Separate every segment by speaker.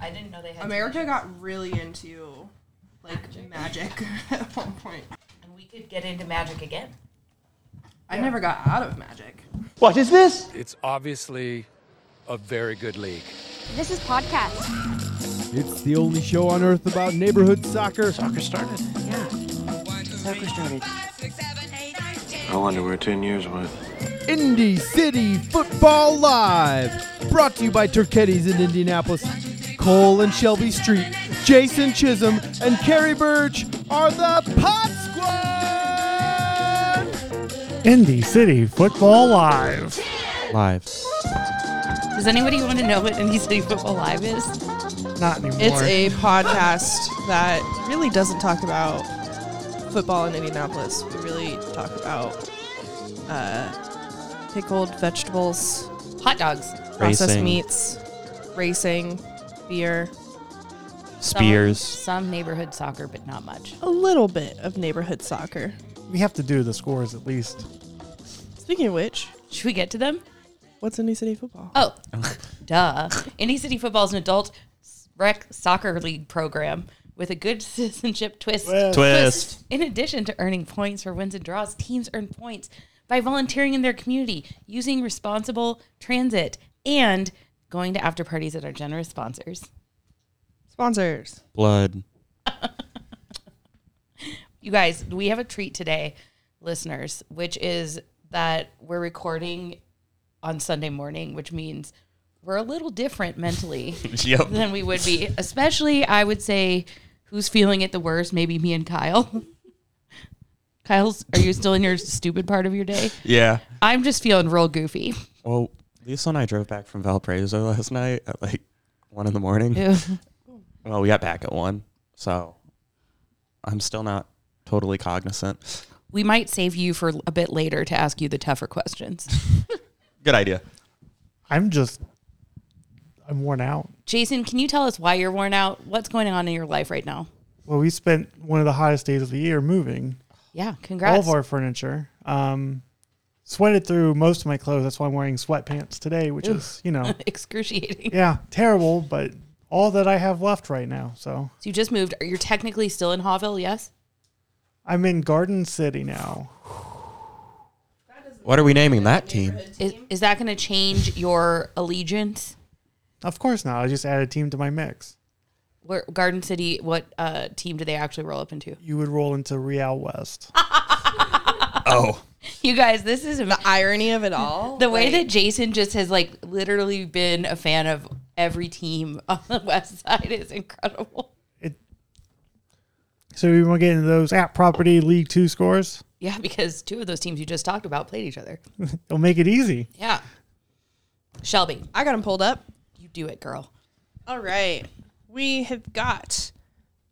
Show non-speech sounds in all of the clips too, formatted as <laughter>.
Speaker 1: I didn't know they had.
Speaker 2: America
Speaker 1: teachers.
Speaker 2: got really into like
Speaker 1: Magic.
Speaker 2: magic <laughs> at one point.
Speaker 1: And we could get into magic again.
Speaker 2: I never got out of magic.
Speaker 3: What is this?
Speaker 4: It's obviously a very good league.
Speaker 5: This is podcast.
Speaker 6: It's the only show on earth about neighborhood soccer.
Speaker 7: I wonder where 10 years went.
Speaker 6: Indy City Football Live. Brought to you by Turketti's in Indianapolis. Cole and Shelby Street, Jason Chisholm, and Carrie Birch are the Pod Squad!
Speaker 8: Indy City Football Live.
Speaker 6: Live.
Speaker 9: Does anybody want to know what Indy City Football Live is?
Speaker 8: Not anymore.
Speaker 2: It's a podcast that really doesn't talk about football in Indianapolis. We really talk about uh, pickled vegetables,
Speaker 9: Hot dogs.
Speaker 2: processed
Speaker 10: Racing.
Speaker 2: meats, racing, beer,
Speaker 9: Some-
Speaker 10: Spears.
Speaker 9: Some, neighborhood soccer, but not much.
Speaker 2: a little bit of neighborhood soccer.
Speaker 8: we have to do the scores at least.
Speaker 2: Speaking of which,
Speaker 9: Should we get to them?
Speaker 2: what's Indy City football?
Speaker 9: Oh, duh. Indy City Football is an adult rec soccer league program with a good <laughs> citizenship twist.
Speaker 8: Twist.
Speaker 10: Twist.
Speaker 9: In addition to earning points for wins and draws, teams earn points by volunteering in their community, using responsible transit, and going to after parties at our generous sponsors.
Speaker 2: Sponsors.
Speaker 10: Blood.
Speaker 9: You guys, we have a treat today, listeners, which is that we're recording on Sunday morning, which means we're a little different
Speaker 8: <laughs>
Speaker 9: mentally
Speaker 10: <laughs> Yep.
Speaker 9: <laughs> than we would be. Especially, I would say, who's feeling it the worst? Maybe me and Kyle. <laughs> Kyle's, are you still in your stupid part of your day?
Speaker 10: Yeah.
Speaker 9: I'm just feeling real goofy.
Speaker 10: Well, Lisa and I drove back from Valparaiso last night at like one in the morning.
Speaker 9: Ew.
Speaker 10: <laughs> Well, we got back at one, so I'm still not totally cognizant.
Speaker 9: We might save you for a bit later to ask you the tougher questions.
Speaker 10: Good idea.
Speaker 8: I'm just, I'm worn out.
Speaker 9: Jason, can you tell us why you're worn out? What's going on in your life right now?
Speaker 8: Well, we spent one of the hottest days of the year moving
Speaker 9: Yeah, congrats.
Speaker 8: all of our furniture. Um, sweated through most of my clothes. That's why I'm wearing sweatpants today, which is, you know,
Speaker 9: <laughs> excruciating.
Speaker 8: yeah, terrible, but all that I have left right now. So
Speaker 9: So you just moved. You're technically still in Hawville, yes?
Speaker 8: I'm in Garden City now.
Speaker 10: What are we naming that team?
Speaker 9: Is, is that going to change your allegiance?
Speaker 8: Of course not. I just added a team to my mix.
Speaker 9: Where Garden City? What uh, team do they actually roll up into?
Speaker 8: You would roll into Real West.
Speaker 10: Oh,
Speaker 9: <laughs> You guys, this is am-
Speaker 2: The irony of it all.
Speaker 9: the way that Jason just has like literally been a fan of every team <laughs> on the West Side is incredible.
Speaker 8: It, so we want to get into those at property League Two scores.
Speaker 9: Yeah, because two of those teams you just talked about played each other.
Speaker 8: It'll make it easy.
Speaker 9: Yeah, Shelby,
Speaker 2: I got them pulled up.
Speaker 9: you do it, girl.
Speaker 2: All right. We have got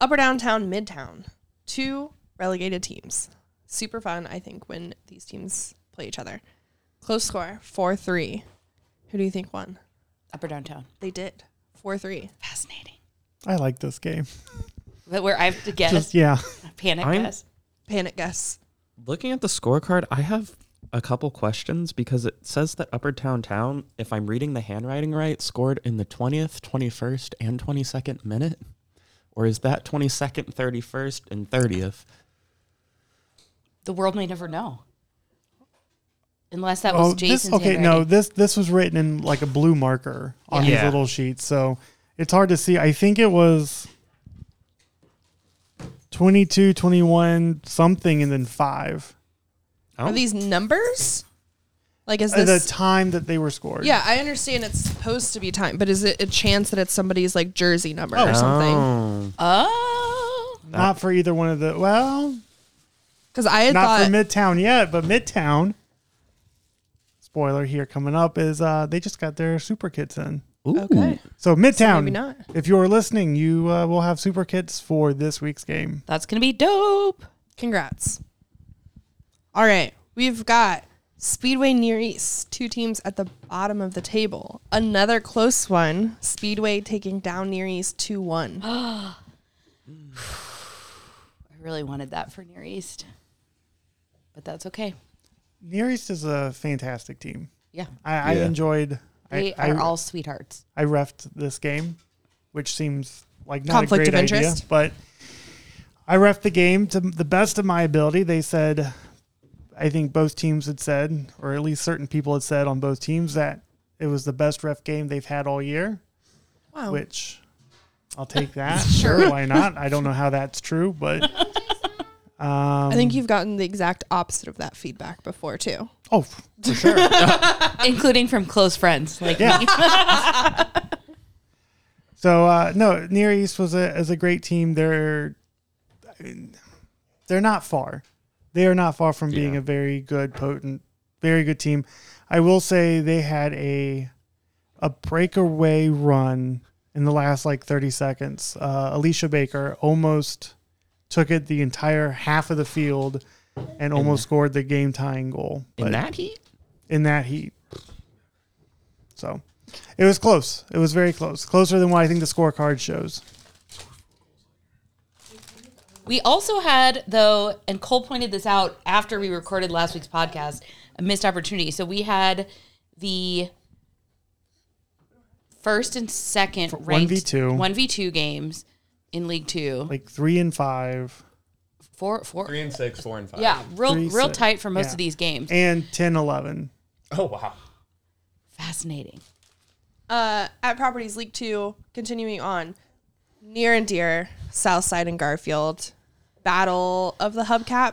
Speaker 2: Upper Downtown, Midtown, two relegated teams. Super fun, I think, when these teams play each other. Close score, 4 3. Who do you think won?
Speaker 9: Upper downtown,
Speaker 2: They did. 4 3.
Speaker 9: fascinating.
Speaker 8: I like this game.
Speaker 9: But where I have to guess,
Speaker 8: Just yeah.
Speaker 9: panic
Speaker 10: I'm-
Speaker 9: guess.
Speaker 2: Panic guess.
Speaker 10: looking at the scorecard, I have a couple questions because it says that Upper Town Town, if I'm reading the handwriting right, scored in the 20th, 21st, and 22nd minute. Or is that 22nd, 31st, and 30th?
Speaker 9: The world may never know, unless that was
Speaker 8: Oh,
Speaker 9: Jason's.
Speaker 8: this, okay. No,
Speaker 9: handwriting.
Speaker 8: this this was written in like a blue marker on
Speaker 10: Yeah.
Speaker 8: these little sheets, so it's hard to see. I think it was 22, 21, something, and then five.
Speaker 10: Oh.
Speaker 2: Are these numbers? Like, is
Speaker 8: Uh, the
Speaker 2: this.
Speaker 8: time that they were scored.
Speaker 2: yeah, I understand it's supposed to be time, but is it a chance that it's somebody's like jersey number or something?
Speaker 8: Oh.
Speaker 9: Oh,
Speaker 8: Not for either one of the. Well,
Speaker 2: Because I had
Speaker 8: not
Speaker 2: thought
Speaker 8: for Midtown yet, but Midtown. Spoiler here coming up is uh, they just got their super kits in.
Speaker 2: Okay.
Speaker 8: So Midtown,
Speaker 2: maybe not.
Speaker 8: if you are listening, you uh, will have super kits for this week's game.
Speaker 9: that's gonna be dope.
Speaker 2: Congrats. All right. We've got Speedway Near East, two teams at the bottom of the table. Another close one. Speedway taking down Near East 2 1.
Speaker 9: I really wanted that for Near East, but that's okay.
Speaker 8: Near East is a fantastic team.
Speaker 9: Yeah,
Speaker 8: I, I
Speaker 10: Yeah.
Speaker 8: enjoyed.
Speaker 9: they
Speaker 8: I,
Speaker 9: are
Speaker 8: I,
Speaker 9: all sweethearts.
Speaker 8: I refed this game. which seems like not
Speaker 2: Conflict
Speaker 8: a
Speaker 2: of
Speaker 8: great idea.
Speaker 2: interest?
Speaker 8: But I ref the game to the best of my ability. They said, I think both teams had said, or at least certain people had said on both teams that it was the best ref game they've had all year.
Speaker 2: Wow.
Speaker 8: Which I'll
Speaker 2: <laughs>
Speaker 8: take that. sure, why not? I don't know how that's true, but um,
Speaker 2: I think you've gotten the exact opposite of that feedback before too.
Speaker 8: oh for sure.
Speaker 9: including from close friends. Like,
Speaker 8: Yeah. So uh, no, Near East was a is a great team. They're I mean, they're not far. They are not far from being
Speaker 10: Yeah.
Speaker 8: a very good, potent, very good team. I will say they had a a breakaway run in the last like thirty seconds. Uh, Alicia Baker almost took it the entire half of the field and almost scored the game tying goal.
Speaker 10: In
Speaker 8: But-
Speaker 10: that heat?
Speaker 8: in that heat. So it was close. It was very close. Closer than what I think the scorecard shows.
Speaker 9: We also had, though, and Cole pointed this out after we recorded last week's podcast, a missed opportunity. So we had the first and second ranked
Speaker 8: 1v2.
Speaker 9: 1v2 games in League Two.
Speaker 8: Like three and five
Speaker 9: four, four,
Speaker 10: Three and six, four and five.
Speaker 9: yeah, real,
Speaker 8: Three,
Speaker 9: real
Speaker 8: six.
Speaker 9: tight for most
Speaker 8: Yeah.
Speaker 9: of these games.
Speaker 8: and 10 11.
Speaker 10: Oh, wow.
Speaker 9: Fascinating.
Speaker 2: Uh, at Properties League Two, continuing on, near and dear, Southside and Garfield, Battle of the Hubcap,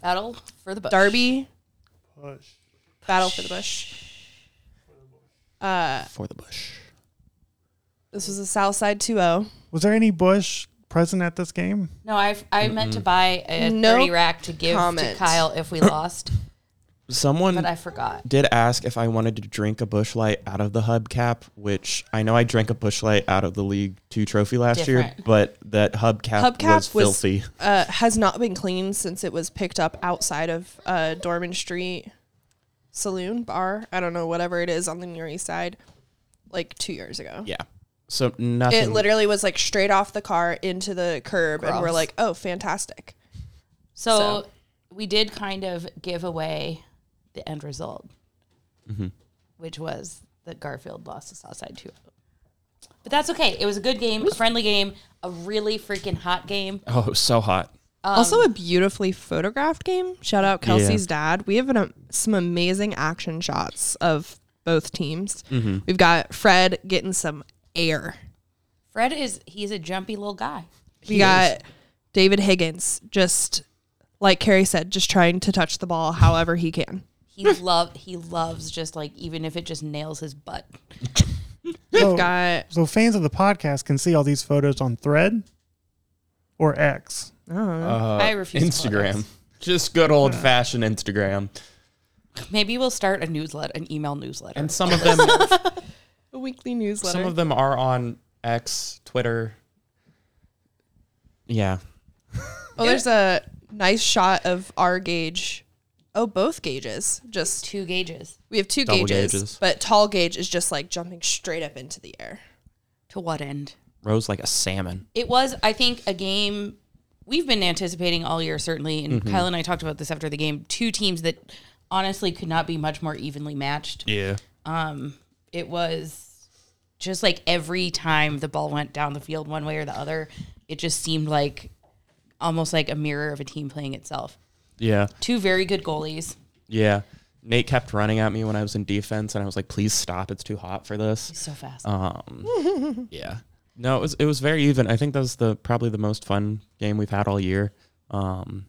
Speaker 9: Battle for the bush.
Speaker 2: Derby,
Speaker 8: Push.
Speaker 2: Battle for the Bush. Uh,
Speaker 10: For the bush.
Speaker 2: This was a Southside oh. 2-0.
Speaker 8: Was there any Bush present at this game?
Speaker 9: No, I I meant to buy a
Speaker 2: No
Speaker 9: 30 rack to give
Speaker 2: comment.
Speaker 9: to Kyle if we lost,
Speaker 10: Someone
Speaker 9: but I forgot.
Speaker 10: did ask if I wanted to drink a bushlight out of the hubcap, which I know I drank a bushlight out of the League Two trophy last year,
Speaker 9: Different.
Speaker 10: but that hubcap,
Speaker 2: Hubcap
Speaker 10: was filthy.
Speaker 2: uh, has not been cleaned since it was picked up outside of uh, Dorman Street Saloon Bar. I don't know whatever it is on the Near East Side, like two years ago.
Speaker 10: Yeah. So nothing.
Speaker 2: It literally was like straight off the car into the curb, and we're
Speaker 9: Gross.
Speaker 2: like, "Oh, fantastic!"
Speaker 9: So,
Speaker 2: So-
Speaker 9: we did kind of give away the end result, which was that Garfield lost to Southside 2 But that's okay. It was a good game, a friendly game, a really freaking hot game.
Speaker 10: oh, it was so hot.
Speaker 2: also, a beautifully photographed game. Shout out Kelsey's dad. We have an, um, some amazing action shots of both teams. We've got Fred getting some air.
Speaker 9: Fred is, he's a jumpy little guy.
Speaker 2: We got David Higgins just like Carrie said, just trying to touch the ball however he can.
Speaker 9: He love he loves just like even if it just nails his butt.
Speaker 8: So,
Speaker 2: Got
Speaker 8: so fans of the podcast can see all these photos on Thread or X.
Speaker 9: I refuse. to follow
Speaker 10: Instagram. <laughs> Just good old fashioned Instagram.
Speaker 9: this. Maybe we'll start a newsletter, an email newsletter.
Speaker 10: And some of them
Speaker 2: a weekly newsletter.
Speaker 10: some of them are on X, Twitter. Yeah.
Speaker 2: oh, there's a nice shot of our gauge. Oh, both gauges. Just
Speaker 9: two gauges
Speaker 2: we have two
Speaker 10: Double
Speaker 2: gauges,
Speaker 10: gauges.
Speaker 2: but tall gauge is just like jumping straight up into the air.
Speaker 9: to what end?
Speaker 10: Rose like a salmon.
Speaker 9: It was, I think, a game we've been anticipating all year, certainly. And Kyle and I talked about this after the game. Two teams that honestly could not be much more evenly matched.
Speaker 10: Yeah.
Speaker 9: It was just like every time the ball went down the field one way or the other, it just seemed like almost like a mirror of a team playing itself.
Speaker 10: Yeah.
Speaker 9: Two very good goalies.
Speaker 10: Yeah. Nate kept running at me when I was in defense and I was like, please stop, it's too hot for this.
Speaker 9: So fast.
Speaker 10: Yeah. No, it was it was very even. I think that was the probably the most fun game we've had all year. Um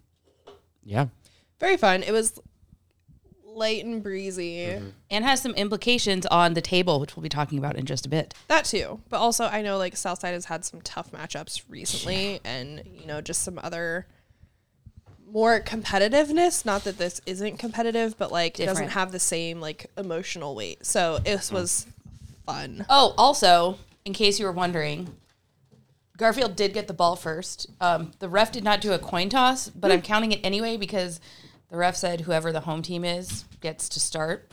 Speaker 10: yeah.
Speaker 2: Very fun. It was light and breezy.
Speaker 9: and has some implications on the table, which we'll be talking about in just a bit.
Speaker 2: That too. But also I know like Southside has had some tough matchups recently and you know just some other more competitiveness, not that this isn't competitive, but like it doesn't
Speaker 9: Different.
Speaker 2: have the same like emotional weight. So this was fun.
Speaker 9: Oh, also, in case you were wondering, Garfield did get the ball first. Um, the ref did not do a coin toss, but I'm counting it anyway because the ref said whoever the home team is gets to start.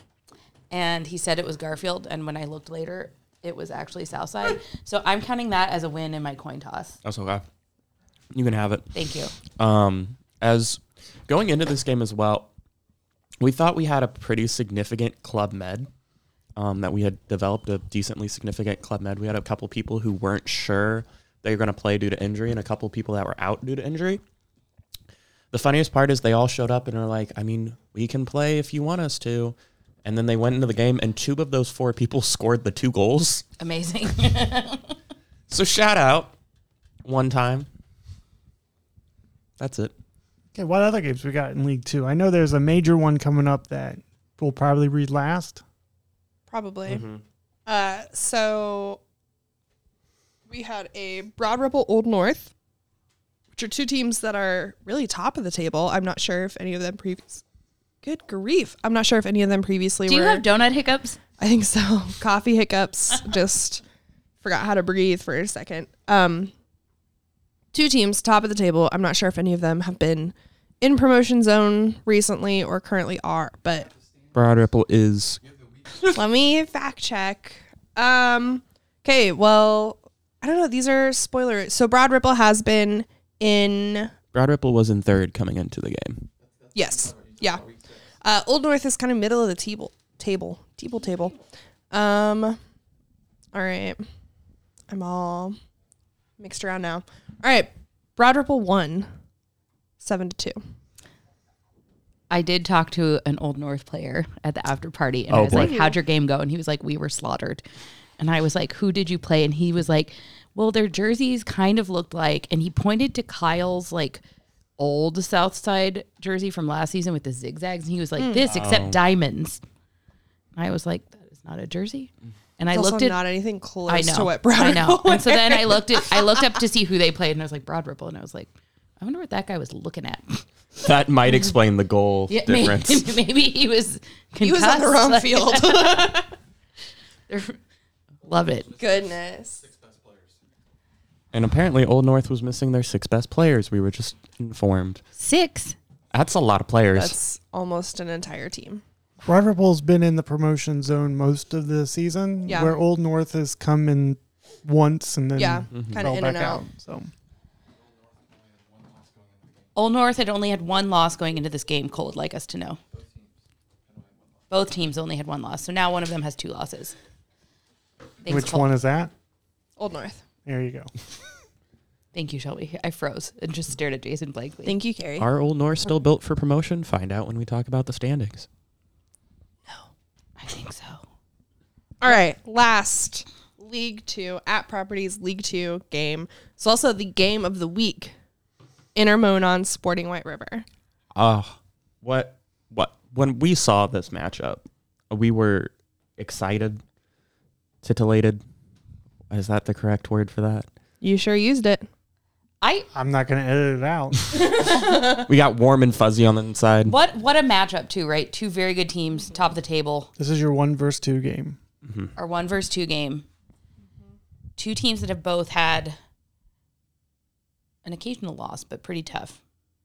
Speaker 9: And he said it was Garfield. And when I looked later, it was actually Southside. so I'm counting that as a win in my coin toss.
Speaker 10: That's okay. You can have it.
Speaker 9: Thank you.
Speaker 10: um, as going into this game as well, we thought we had a pretty significant club med. um, that we had developed a decently significant club med. We had a couple people who weren't sure they were going to play due to injury, and a couple people that were out due to injury. The funniest part is they all showed up and are like, "I mean, we can play if you want us to." And then they went into the game, and two of those four people <laughs> scored the two goals.
Speaker 9: Amazing.
Speaker 10: So shout out one time. That's it.
Speaker 8: Okay, what other games we got in League Two? I know there's a major one coming up that we'll probably read last.
Speaker 2: Probably. Uh, so we had a Broad Ripple Old North, which are two teams that are really top of the table. I'm not sure if any of them previous. Good grief! I'm not sure if any of them previously.
Speaker 9: Do you
Speaker 2: were,
Speaker 9: have donut hiccups?
Speaker 2: I think so. <laughs>
Speaker 9: <laughs>
Speaker 2: Coffee hiccups. just forgot how to breathe for a second. Um, two teams, top of the table. I'm not sure if any of them have been in promotion zone recently or currently are, but
Speaker 10: Broad Ripple is
Speaker 2: let me fact check. Um, okay, well, I don't know. These are spoilers. So Broad Ripple has been in.
Speaker 10: Broad Ripple was in third coming into the game.
Speaker 2: Yes. Yeah. Uh, Old North is kind of middle of the table. Table. Table. Table. Um, all right. I'm all mixed around now. All right. Broad Ripple won seven to two.
Speaker 9: I did talk to an Old North player at the after party, and I
Speaker 10: Oh,
Speaker 9: was
Speaker 10: boy.
Speaker 9: like, "How'd your game go?" And he was like, "We were slaughtered." And I was like, "Who did you play?" And he was like, "Well, their jerseys kind of looked like," and he pointed to Kyle's like old South Side jersey from last season with the zigzags, and he was like,
Speaker 2: Hmm.
Speaker 9: "This
Speaker 10: Oh.
Speaker 9: except diamonds." And I was like, "That is not a jersey." And I
Speaker 2: It's
Speaker 9: looked
Speaker 2: also
Speaker 9: at
Speaker 2: not anything close
Speaker 9: I know.
Speaker 2: to what Broad
Speaker 9: I know.
Speaker 2: Ripple
Speaker 9: And so then
Speaker 2: <laughs> wears.
Speaker 9: I looked at I looked up to see who they played, and I was like Broad Ripple, and I was like, I wonder what that guy was looking at.
Speaker 10: That might explain the goal
Speaker 9: <laughs> Yeah, may-
Speaker 10: difference.
Speaker 9: Maybe, he was concussed.
Speaker 2: he was on the
Speaker 9: <laughs>
Speaker 2: wrong field. <laughs>
Speaker 9: field. Love it.
Speaker 2: Goodness.
Speaker 10: And apparently Old North was missing their six best players. We were just informed.
Speaker 9: Six.
Speaker 10: That's a lot of players.
Speaker 2: That's almost an entire team.
Speaker 8: Broad Ripple's been in the promotion zone most of the season,
Speaker 2: Yeah.
Speaker 8: where Old North has come in once and then
Speaker 2: Yeah, kind
Speaker 8: fell
Speaker 2: of in
Speaker 8: back
Speaker 2: and
Speaker 8: out.
Speaker 2: out.
Speaker 8: So
Speaker 9: Old North had only had one loss going into this game. Cole would like us to know. Both teams only had one loss, so now one of them has two losses. Thanks,
Speaker 8: which
Speaker 9: Cole.
Speaker 8: one is that?
Speaker 2: Old North.
Speaker 8: There you go.
Speaker 9: Thank you, Shelby. I froze and just stared at Jason blankly.
Speaker 2: Thank you, Carrie.
Speaker 10: Are Old North still built for promotion? Find out when we talk about the standings.
Speaker 9: I think so.
Speaker 2: All right, last League Two at Properties League Two game. It's also the game of the week. Intermonon Sporting White River.
Speaker 10: Oh, what? What? When we saw this matchup, we were excited, titillated. Is that the correct word for that?
Speaker 9: <laughs>
Speaker 2: You sure used it.
Speaker 9: I
Speaker 8: I'm not going to edit it
Speaker 2: <laughs>
Speaker 8: out.
Speaker 10: We got warm and fuzzy on the inside.
Speaker 9: what what a matchup too, right? Two very good teams, top of the table.
Speaker 8: this is your one versus two game.
Speaker 9: our one versus two game. Two teams that have both had an occasional loss, but pretty tough.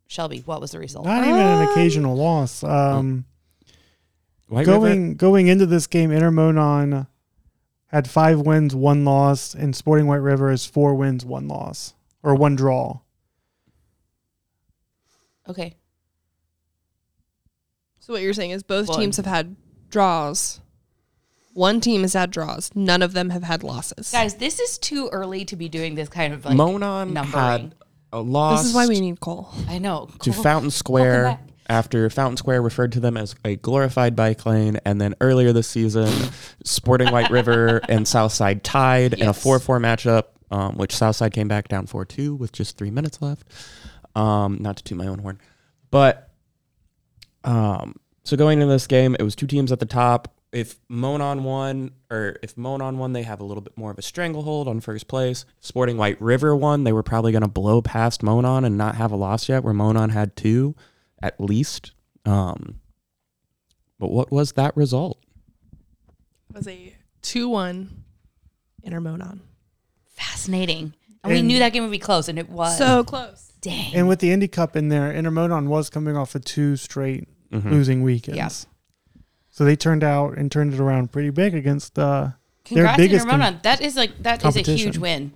Speaker 9: Shelby, what was the result?
Speaker 8: Not even
Speaker 2: Ah.
Speaker 8: an occasional loss. Um,
Speaker 10: White River,
Speaker 8: going going into this game, Intermonon had five wins, one loss, and Sporting White River is four wins, one loss, or one draw.
Speaker 9: Okay.
Speaker 2: So what you're saying is both
Speaker 9: One.
Speaker 2: teams have had draws. One team has had draws. None of them have had losses.
Speaker 9: Guys, this is too early to be doing this kind of like
Speaker 10: Monon
Speaker 9: numbering.
Speaker 10: had a loss.
Speaker 2: this is why we need Cole.
Speaker 9: I know.
Speaker 10: to
Speaker 9: Cool.
Speaker 10: Fountain Square
Speaker 9: back.
Speaker 10: after Fountain Square referred to them as a glorified bike lane, and then earlier this season, Sporting
Speaker 9: <laughs>
Speaker 10: White River and Southside tied in a
Speaker 9: Yes.
Speaker 10: four-four matchup, um, which Southside came back down four-two with just three minutes left. Um, not to toot my own horn, but um, so going into this game, it was two teams at the top. If Monon won, or if Monon won, they have a little bit more of a stranglehold on first place. If Sporting White River won, they were probably going to blow past Monon and not have a loss yet, where Monon had two at least. Um, but what was that result?
Speaker 2: was a two-one Intermonon.
Speaker 9: Fascinating. And we
Speaker 8: And-
Speaker 9: knew that game would be close, and it was.
Speaker 2: So close.
Speaker 9: dang.
Speaker 8: And with the Indy Cup in there, Intermonon was coming off of two straight losing weekends.
Speaker 9: Yeah.
Speaker 8: So they turned out and turned it around pretty big against uh,
Speaker 9: Congrats,
Speaker 8: their biggest
Speaker 9: Inter Monon. that is like that is a huge
Speaker 8: competition.
Speaker 9: win.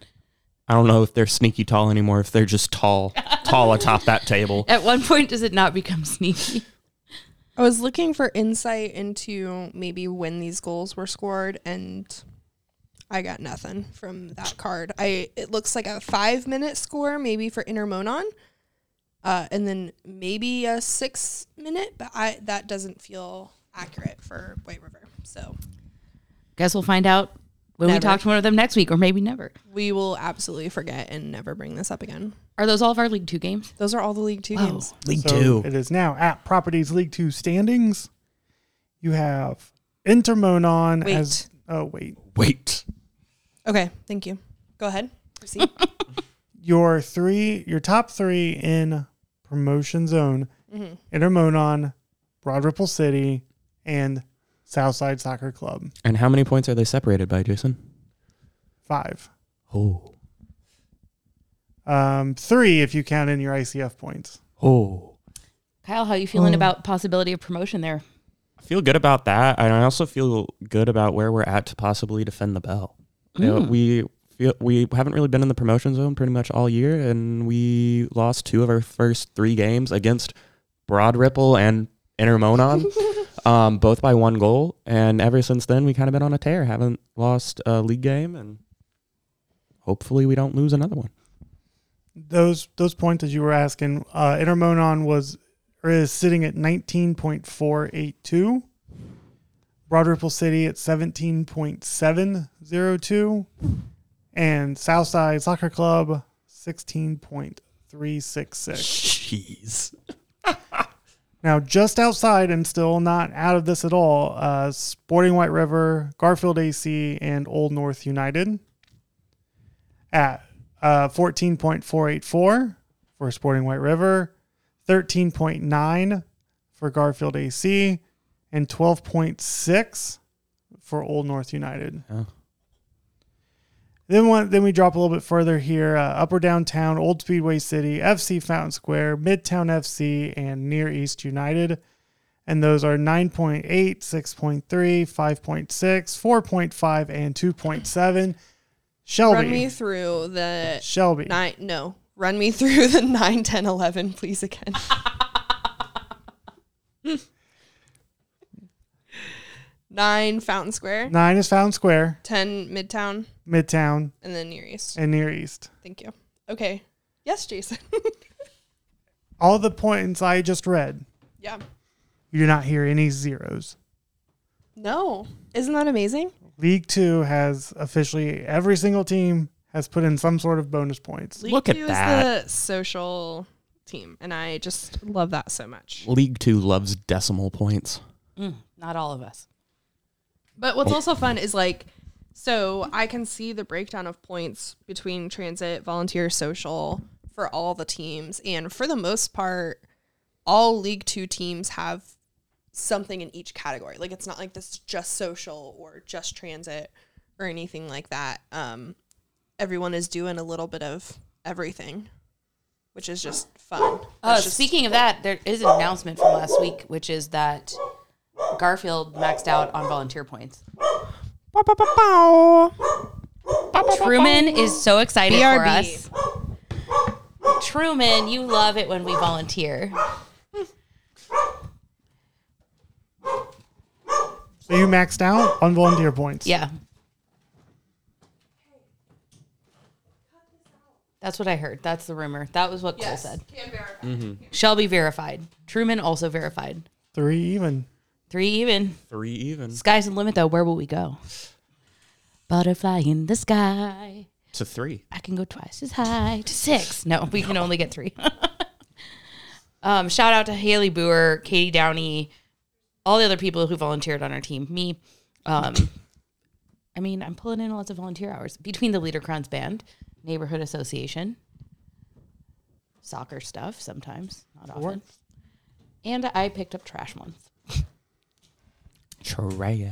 Speaker 10: I don't know if they're sneaky tall anymore, if they're just tall, tall atop that table.
Speaker 9: At one point, does it not become sneaky?
Speaker 2: I was looking for insight into maybe when these goals were scored, and I got nothing from that card. I it looks like a five minute score maybe for Inter Monon, uh, and then maybe a six minute, but I that doesn't feel accurate for White River. So
Speaker 9: Guess we'll find out when we
Speaker 2: Never.
Speaker 9: talk to one of them next week, or maybe never.
Speaker 2: we will absolutely forget and never bring this up again.
Speaker 9: Are those all of our League Two games?
Speaker 2: Those are all the League Two
Speaker 9: Wow.
Speaker 2: games.
Speaker 3: League
Speaker 8: So
Speaker 3: Two.
Speaker 8: It is now at Properties League Two standings. You have Intermonon
Speaker 2: Wait.
Speaker 8: as. Oh, wait.
Speaker 3: Wait.
Speaker 2: Okay, thank you. Go ahead. Proceed.
Speaker 8: Your three, your top three in promotion zone Intermonon, Broad Ripple City, and Southside Soccer Club.
Speaker 10: And how many points are they separated by, Jason?
Speaker 8: Five.
Speaker 10: Oh.
Speaker 8: Um, three if you count in your ICF points.
Speaker 10: Oh.
Speaker 9: Kyle, how you feeling about possibility of promotion there?
Speaker 10: I feel good about that. And I also feel good about where we're at to possibly defend the bell. You know, we feel we haven't really been in the promotion zone pretty much all year, and we lost two of our first three games against Broad Ripple and Inter Monon, um, both by one goal. And ever since then, we kind of been on a tear. Haven't lost a league game, and hopefully, we don't lose another one.
Speaker 8: Those those points that you were asking, uh, Intermonon was or is sitting at nineteen point four eight two. Broad Ripple City at seventeen point seven zero two, and Southside Soccer Club sixteen point three six six.
Speaker 10: Jeez.
Speaker 8: <laughs> Now, just outside and still not out of this at all, uh, Sporting White River, Garfield AC, and Old North United at uh, 14.484 for Sporting White River, 13.9 for Garfield AC, and 12.6 for Old North United.
Speaker 10: Yeah.
Speaker 8: Then one, then we drop a little bit further here. Uh, Upper Downtown, Old Speedway City, FC Fountain Square, Midtown FC, and Near East United. And those are 9.8, 6.3, 5.6, 4.5, and 2.7.
Speaker 2: Run
Speaker 8: Shelby.
Speaker 2: me through the
Speaker 8: Shelby.
Speaker 2: nine. No, run me through the <laughs> nine, ten, eleven, please again. <laughs> nine Fountain Square,
Speaker 8: Nine is Fountain Square,
Speaker 2: ten Midtown,
Speaker 8: Midtown,
Speaker 2: and then Near East.
Speaker 8: and Near East.
Speaker 2: Thank you. Okay. Yes, Jason. <laughs>
Speaker 8: All the points I just read,
Speaker 2: yeah.
Speaker 8: you do not hear any zeros.
Speaker 2: No. Isn't that amazing?
Speaker 8: League Two has officially every single team has put in some sort of bonus points.
Speaker 2: League
Speaker 10: Look at
Speaker 2: Two is
Speaker 10: that.
Speaker 2: the social team, and I just love that so much.
Speaker 10: League Two loves decimal points.
Speaker 9: Mm, Not all of us.
Speaker 2: But what's also fun is like, so I can see the breakdown of points between transit, volunteer, social for all the teams. And for the most part, all League Two teams have something in each category. Like, it's not like this is just social or just transit or anything like that. Um, everyone is doing a little bit of everything, which is just fun.
Speaker 9: Uh,
Speaker 2: That's just-
Speaker 9: speaking of that, there is an announcement from last week, which is that Garfield maxed out on volunteer points. Truman is so excited for us. Truman, you love it when we volunteer.
Speaker 8: So you maxed out on volunteer points.
Speaker 9: Yeah. That's what I heard. That's the rumor. That was what Cole said. Shelby verified. Truman also verified.
Speaker 8: Three even.
Speaker 9: Three even.
Speaker 10: Three even
Speaker 9: Sky's the limit, though. Where will we go? Butterfly in the sky.
Speaker 10: to three.
Speaker 9: I can go twice as high to six. No, <laughs> we can only get three. um, shout out to Haley Boer, Katie Downey, all the other people who volunteered on our team. Me. Um, I mean, I'm pulling in lots of volunteer hours between the Leader Crowns Band, Neighborhood Association, soccer stuff sometimes, not often. And I picked up trash once.
Speaker 10: Trash.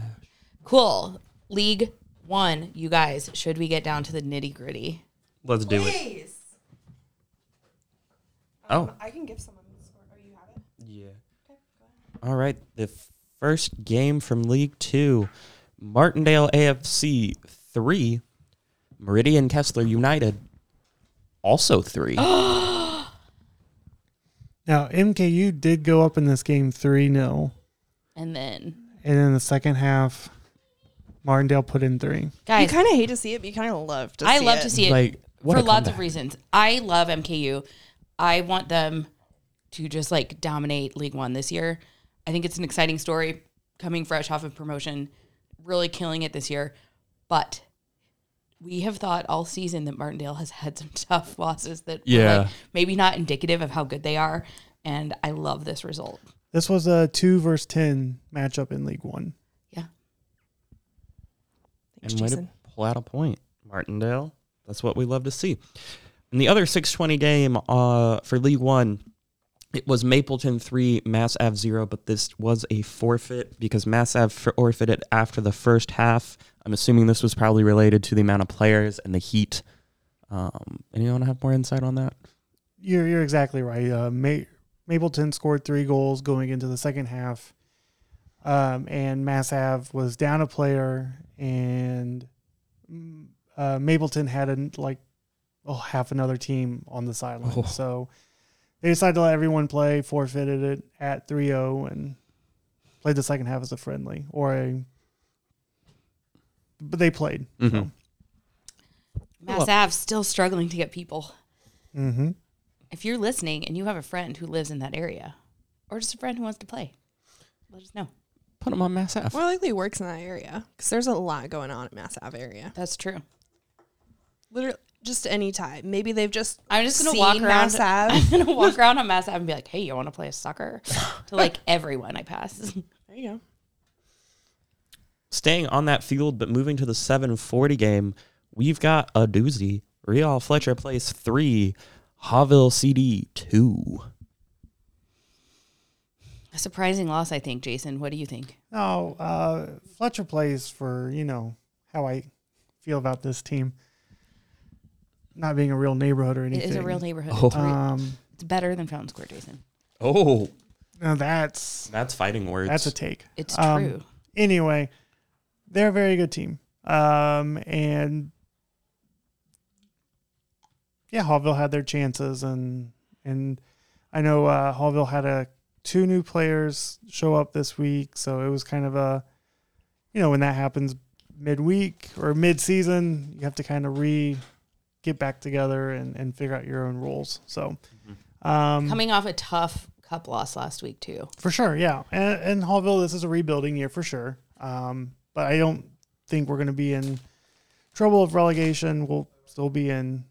Speaker 9: Cool. League one, you guys, should we get down to the nitty gritty?
Speaker 10: Let's do it. Oh.
Speaker 2: Um, I can give someone this score. Oh, you have it?
Speaker 10: Yeah. All right. The first game from League Two Martindale AFC 3, Meridian Kessler United also 3.
Speaker 8: Now MKU did go up in this game three 0
Speaker 9: And then,
Speaker 8: And in the second half, Martindale put in three.
Speaker 2: You
Speaker 9: guys,
Speaker 2: kind of hate to see it, but you kind of love to see
Speaker 9: I love
Speaker 2: it.
Speaker 9: to see it
Speaker 10: Like, what
Speaker 9: for
Speaker 10: a
Speaker 9: lots of
Speaker 10: comeback.
Speaker 9: reasons. I love MKU. I want them to just like dominate League One this year. I think it's an exciting story coming fresh off of promotion, really killing it this year. But we have thought all season that Martindale has had some <laughs> tough losses that were
Speaker 10: Yeah.
Speaker 9: like maybe not indicative of how good they are. And I love this result.
Speaker 8: This was a two versus ten matchup in League One.
Speaker 9: Yeah.
Speaker 2: Thanks,
Speaker 10: and way to
Speaker 2: Jason.
Speaker 10: pull out a point, Martindale. That's what we love to see. In the other 620 game uh, for League One, it was Mapleton 3, Mass Ave 0, but this was a forfeit because Mass Ave forfeited after the first half. I'm assuming this was probably related to the amount of players and the heat. Um, anyone have more insight on that?
Speaker 8: You're you're exactly right. Uh, Ma- Mapleton scored three goals going into the second half, um, and Mass Ave was down a player, and mm, uh, Mapleton had an, like oh half another team on the sideline.
Speaker 10: Oh.
Speaker 8: So they decided to let everyone play, forfeited it at 3-0, and played the second half as a friendly or a. But they played.
Speaker 10: Mhm.
Speaker 9: Mass Ave still struggling to get people.
Speaker 8: Mm-hmm.
Speaker 9: If you're listening and you have a friend who lives in that area or just a friend who wants to play, let us know.
Speaker 10: Put them on Mass Ave.
Speaker 2: More likely works in that area because there's a lot going on at Mass Ave area.
Speaker 9: That's true.
Speaker 2: Literally, just any time. Maybe they've just
Speaker 9: I'm just gonna
Speaker 2: seen
Speaker 9: walk around.
Speaker 2: Mass
Speaker 9: <laughs>
Speaker 2: Ave.
Speaker 9: I'm gonna walk around on Mass Ave and be like, "Hey, you want to play soccer?" to like everyone I pass. <laughs>
Speaker 2: There you go.
Speaker 10: Staying on that field, but moving to the 740 game, we've got a doozy. Real Fletcher Place 3, Havel CD 2.
Speaker 9: A surprising loss, I think. Jason, what do you think?
Speaker 8: No, uh, Fletcher plays for you know how I feel about this team, not being a real neighborhood or
Speaker 9: It
Speaker 8: anything.
Speaker 9: is a real neighborhood.
Speaker 10: Oh.
Speaker 9: It's, re-
Speaker 8: Um,
Speaker 9: it's better than Fountain Square, Jason.
Speaker 10: Oh,
Speaker 8: no, that's
Speaker 10: that's fighting words.
Speaker 8: that's a take.
Speaker 9: It's
Speaker 8: Um,
Speaker 9: true.
Speaker 8: Anyway, they're a very good team, um, and yeah, Hallville had their chances, and and I know uh, Hallville had a two new players show up this week, so it was kind of a, you know, when that happens midweek or mid-season, you have to kind of re get back together and, and figure out your own roles. So, um,
Speaker 9: Coming off a tough cup loss last week too.
Speaker 8: for sure, yeah, and, and Hallville, this is a rebuilding year for sure. Um, but I don't think we're going to be in trouble of relegation. We'll still be in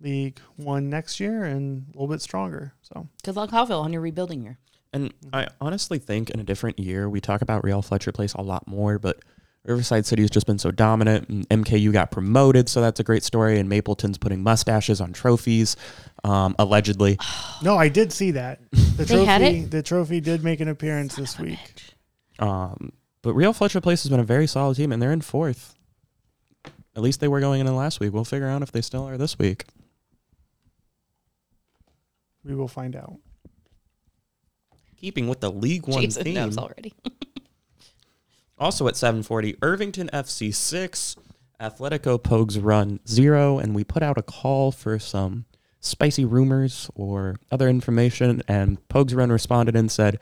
Speaker 8: League One next year and a little bit stronger. So.
Speaker 9: Good luck, Hallville, on your rebuilding year.
Speaker 10: And I honestly think in a different year, we talk about Real Fletcher Place a lot more, but Riverside City has just been so dominant. And MKU got promoted, so that's a great story. And Mapleton's putting mustaches on trophies, um, allegedly.
Speaker 8: No, I did see that. The
Speaker 9: <laughs> They
Speaker 8: trophy,
Speaker 9: had
Speaker 8: the trophy did make an appearance this
Speaker 9: <laughs>
Speaker 8: week.
Speaker 10: Um, but Real Fletcher Place has been a very solid team, and they're in fourth. At least they were going into last week. We'll figure out if they still are this week.
Speaker 8: We will find out.
Speaker 10: Keeping with the League One
Speaker 9: Jason
Speaker 10: theme,
Speaker 9: knows already. <laughs>
Speaker 10: also at 7:40, Irvington FC six, Atletico Pogues run zero, and we put out a call for some spicy rumors or other information, and Pogues run responded and said,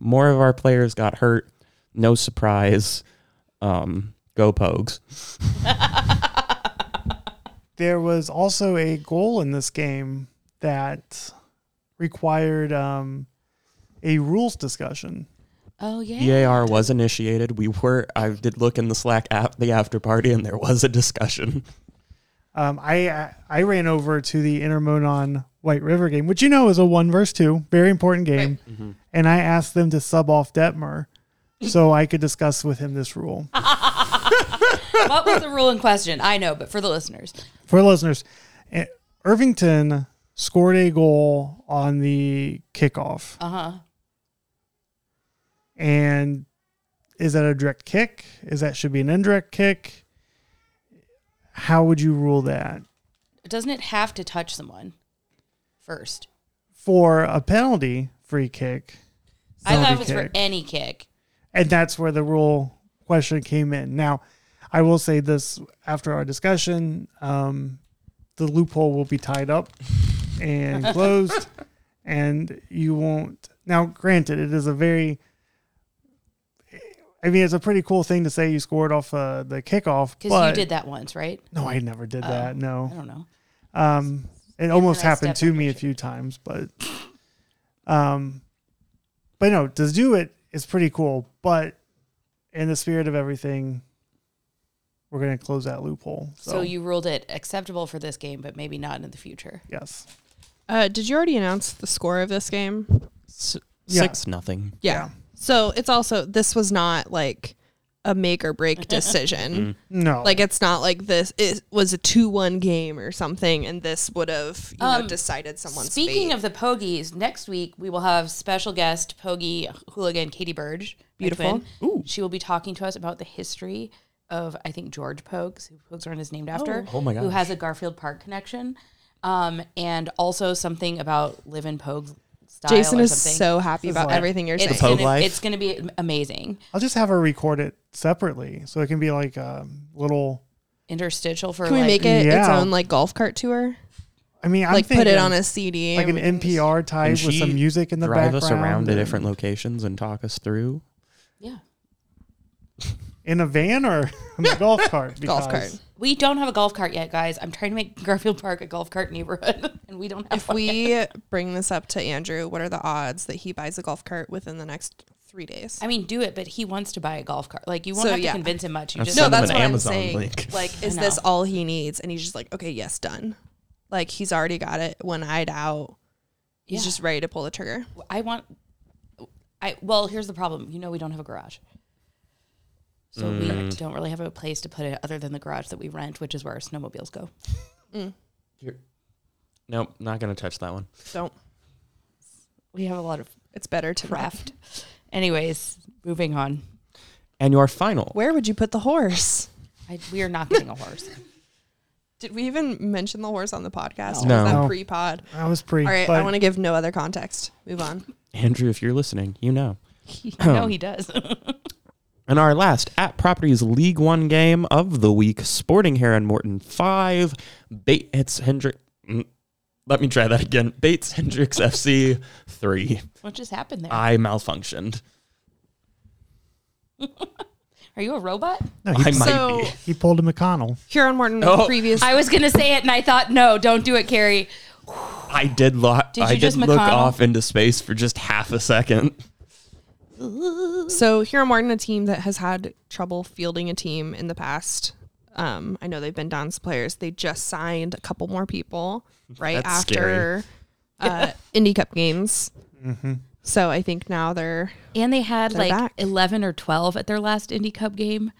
Speaker 10: "More of our players got hurt. No surprise. Um, go Pogues."
Speaker 8: There was also a goal in this game that required um, a rules discussion.
Speaker 9: Oh yeah.
Speaker 10: EAR E was initiated. We were. I did look in the Slack app, the after party, and there was a discussion.
Speaker 8: Um, I I ran over to the Intermonon White River game, which you know is a one versus two, very important game, and I asked them to sub off Detmer so I could discuss with him this rule.
Speaker 9: what was the rule in question? I know, but for the listeners,
Speaker 8: for listeners, eh, Irvington scored a goal on the kickoff.
Speaker 9: uh huh.
Speaker 8: And is that a direct kick? Is that should be an indirect kick? How would you rule that?
Speaker 9: Doesn't it have to touch someone first?
Speaker 8: For a penalty free kick.
Speaker 9: I thought
Speaker 8: penalty
Speaker 9: it was for
Speaker 8: kick.
Speaker 9: any kick.
Speaker 8: and that's where the rule question came in. Now, I will say this after our discussion, um, the loophole will be tied up
Speaker 9: <laughs>
Speaker 8: and closed, and you won't. Now, granted, it is a very I mean, it's a pretty cool thing to say you scored off uh, the kickoff,
Speaker 9: Because
Speaker 8: but
Speaker 9: you did that once, right?
Speaker 8: no, I never did that.
Speaker 9: I
Speaker 8: No,
Speaker 9: don't know.
Speaker 8: um, it almost
Speaker 9: I
Speaker 8: happened
Speaker 9: step
Speaker 8: to me a few times, but um, but no, to do it is pretty cool. But in the spirit of everything, we're gonna close that loophole. So,
Speaker 9: So. you ruled it acceptable for this game, but maybe not in the future.
Speaker 8: yes,
Speaker 2: Uh, did you already announce the score of this game?
Speaker 10: S-
Speaker 8: Yeah.
Speaker 10: Six nothing.
Speaker 2: Yeah. So it's also this was not like a make
Speaker 9: <laughs>
Speaker 2: or break decision.
Speaker 8: no,
Speaker 2: like it's not like this it was a two one game or something, and this would have you know
Speaker 9: Um,
Speaker 2: decided someone's
Speaker 9: Speaking
Speaker 2: fate.
Speaker 9: of the Pogies, next week we will have special guest Pogie hooligan Katie Burge. my
Speaker 2: Beautiful.
Speaker 9: twin. She will be talking to us about the history of I think George Pogues, who Pogues Run is named after.
Speaker 10: Oh my
Speaker 9: Who
Speaker 10: gosh.
Speaker 9: has a Garfield Park connection, um, and also something about live in Pogues. Style
Speaker 2: Jason
Speaker 9: or
Speaker 2: is
Speaker 9: something.
Speaker 2: so happy about
Speaker 8: like-
Speaker 2: everything you're
Speaker 9: It's
Speaker 2: saying.
Speaker 10: Pogue
Speaker 9: gonna,
Speaker 10: life.
Speaker 9: it's gonna be amazing.
Speaker 8: I'll just have her record it separately, so it can be like a little.
Speaker 9: Interstitial for
Speaker 2: Can we
Speaker 9: like,
Speaker 2: make it its
Speaker 8: Yeah.
Speaker 2: own like golf cart tour?
Speaker 8: I mean, I'm
Speaker 2: like put it
Speaker 8: thinking
Speaker 2: on a CD.
Speaker 8: like an
Speaker 2: and-
Speaker 8: NPR type
Speaker 10: And
Speaker 8: with some
Speaker 10: she
Speaker 8: music in the
Speaker 10: Drive
Speaker 8: background.
Speaker 10: us around to
Speaker 8: and-
Speaker 10: different locations and talk us through.
Speaker 9: Yeah.
Speaker 8: in a van or <laughs> in a golf cart.
Speaker 2: <laughs> golf
Speaker 8: Because-
Speaker 2: cart.
Speaker 9: We don't have a golf cart yet, guys. I'm trying to make <laughs> Garfield Park a golf cart neighborhood, <laughs> and we don't have
Speaker 2: If
Speaker 9: one yet.
Speaker 2: <laughs> we bring this up to Andrew, what are the odds that he buys a golf cart within the next three days?
Speaker 9: I mean, do it, but he wants to buy a golf cart. Like you won't
Speaker 2: So,
Speaker 9: have
Speaker 2: yeah.
Speaker 9: to convince him much. You
Speaker 10: I've
Speaker 9: just
Speaker 2: no,
Speaker 10: seen Send him
Speaker 2: that's
Speaker 10: an
Speaker 2: what
Speaker 10: Amazon
Speaker 2: I'm saying.
Speaker 10: link.
Speaker 2: Like,
Speaker 9: I
Speaker 2: is this
Speaker 9: know.
Speaker 2: all he needs? And he's just like, okay, yes, done. Like he's already got it one eyed out. He's
Speaker 9: Yeah.
Speaker 2: just ready to pull the trigger.
Speaker 9: I want. I well, here's the problem. You know, we don't have a garage, so we don't really have a place to put it other than the garage that we rent, which is where our snowmobiles go.
Speaker 10: Nope, not gonna touch that one.
Speaker 2: Don't.
Speaker 9: We have a lot of
Speaker 2: It's better to not.
Speaker 9: craft. Anyways, moving on.
Speaker 10: And your final.
Speaker 2: Where would you put the horse?
Speaker 9: I, we are not getting a
Speaker 2: <laughs>
Speaker 9: horse. <laughs>
Speaker 2: Did we even mention the horse on the podcast?
Speaker 10: No.
Speaker 2: Or was
Speaker 8: No.
Speaker 2: that pre pod?
Speaker 8: That was pretty.
Speaker 2: All right,
Speaker 8: but
Speaker 2: I want to give no other context. Move on.
Speaker 10: Andrew, if you're listening, you know.
Speaker 9: no, he does. <laughs>
Speaker 10: And our last at properties League One game of the week: Sporting Hare and Morton five, Bates Hendrick. mm, Let me try that again. Bates Hendricks FC three.
Speaker 9: what just happened there?
Speaker 10: I malfunctioned.
Speaker 9: Are you a robot?
Speaker 8: no,
Speaker 10: I
Speaker 8: he,
Speaker 10: might
Speaker 2: So-
Speaker 10: be.
Speaker 8: he pulled a McConnell.
Speaker 2: Huron Morton
Speaker 10: Oh.
Speaker 2: previous
Speaker 9: I was gonna say it, and I thought, no, don't do it, Carrie.
Speaker 10: I did. Lo-
Speaker 9: Did
Speaker 10: I
Speaker 9: you
Speaker 10: did
Speaker 9: just
Speaker 10: look
Speaker 9: McConnell?
Speaker 10: off into space for just half a second.
Speaker 2: So Hero Martin, a team that has had trouble fielding a team in the past. Um, I know they've been Don's players. They just signed a couple more people right
Speaker 10: That's
Speaker 2: after uh, Indy Cup games. So I think now they're
Speaker 9: And they had
Speaker 2: They're
Speaker 9: like
Speaker 2: back.
Speaker 9: 11 or 12 at their last Indy Cup game.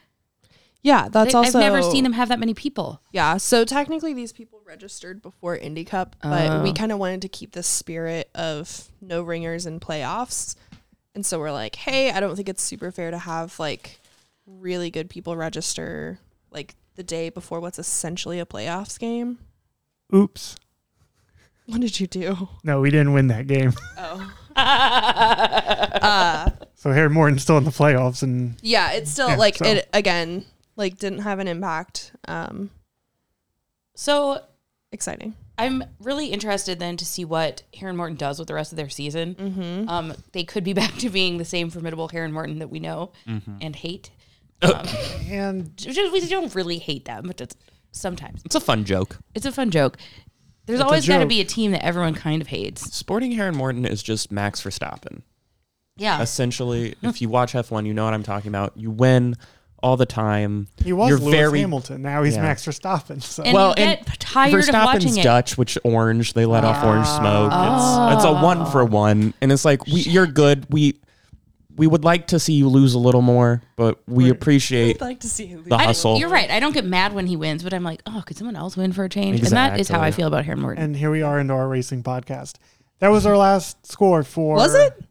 Speaker 2: yeah. That's
Speaker 9: I-
Speaker 2: also
Speaker 9: I've never seen them have that many people.
Speaker 2: Yeah. So technically, these people registered before Indy Cup, but we kind of wanted to keep the spirit of no ringers and playoffs. And so we're like, hey, I don't think it's super fair to have like really good people register like the day before what's essentially a playoffs game.
Speaker 8: Oops.
Speaker 2: What did you do?
Speaker 8: No, we didn't win that game.
Speaker 9: <laughs>
Speaker 8: Uh.
Speaker 2: Oh,
Speaker 8: So Harry Morton's still in the playoffs, and
Speaker 2: yeah. It's still
Speaker 8: Yeah,
Speaker 2: like
Speaker 8: so-
Speaker 2: it again. Like didn't have an impact. Um,
Speaker 9: So
Speaker 2: exciting.
Speaker 9: I'm really interested then to see what Heron Morton does with the rest of their season. Um, they could be <laughs> back to being the same formidable Heron Morton that we know
Speaker 8: Mm-hmm.
Speaker 9: and hate.
Speaker 8: and
Speaker 9: Ju- ju- We don't really hate them, but that's sometimes
Speaker 10: It's a fun joke.
Speaker 9: it's a fun joke. There's
Speaker 8: It's a
Speaker 9: always got to
Speaker 8: joke.
Speaker 9: be a team that everyone kind of hates.
Speaker 10: Sporting Hare and Morton is just Max Verstappen.
Speaker 9: Yeah.
Speaker 10: Essentially, if you watch F1, you know what I'm talking about. You win all the time.
Speaker 8: he was
Speaker 10: You're
Speaker 8: Lewis
Speaker 10: very
Speaker 8: Hamilton. Now he's
Speaker 10: Yeah.
Speaker 8: Max Verstappen. So
Speaker 9: And
Speaker 10: well,
Speaker 9: you get
Speaker 10: and
Speaker 9: tired of
Speaker 10: Verstappen's
Speaker 9: watching it. Ah.
Speaker 10: Dutch, which orange they let off orange smoke. It's, it's a one for one, and it's like we, you're good. We we would like to see you lose a little more, but we appreciate
Speaker 2: I'd like to see.
Speaker 10: the
Speaker 9: I don't-
Speaker 10: hustle.
Speaker 9: You're right. I don't get mad when he wins, but I'm like, oh, could someone else win for a change? And that is how I
Speaker 10: Exactly.
Speaker 9: feel about Heron Morton.
Speaker 8: and here we are into our racing podcast. That was our last score for.
Speaker 2: Was it?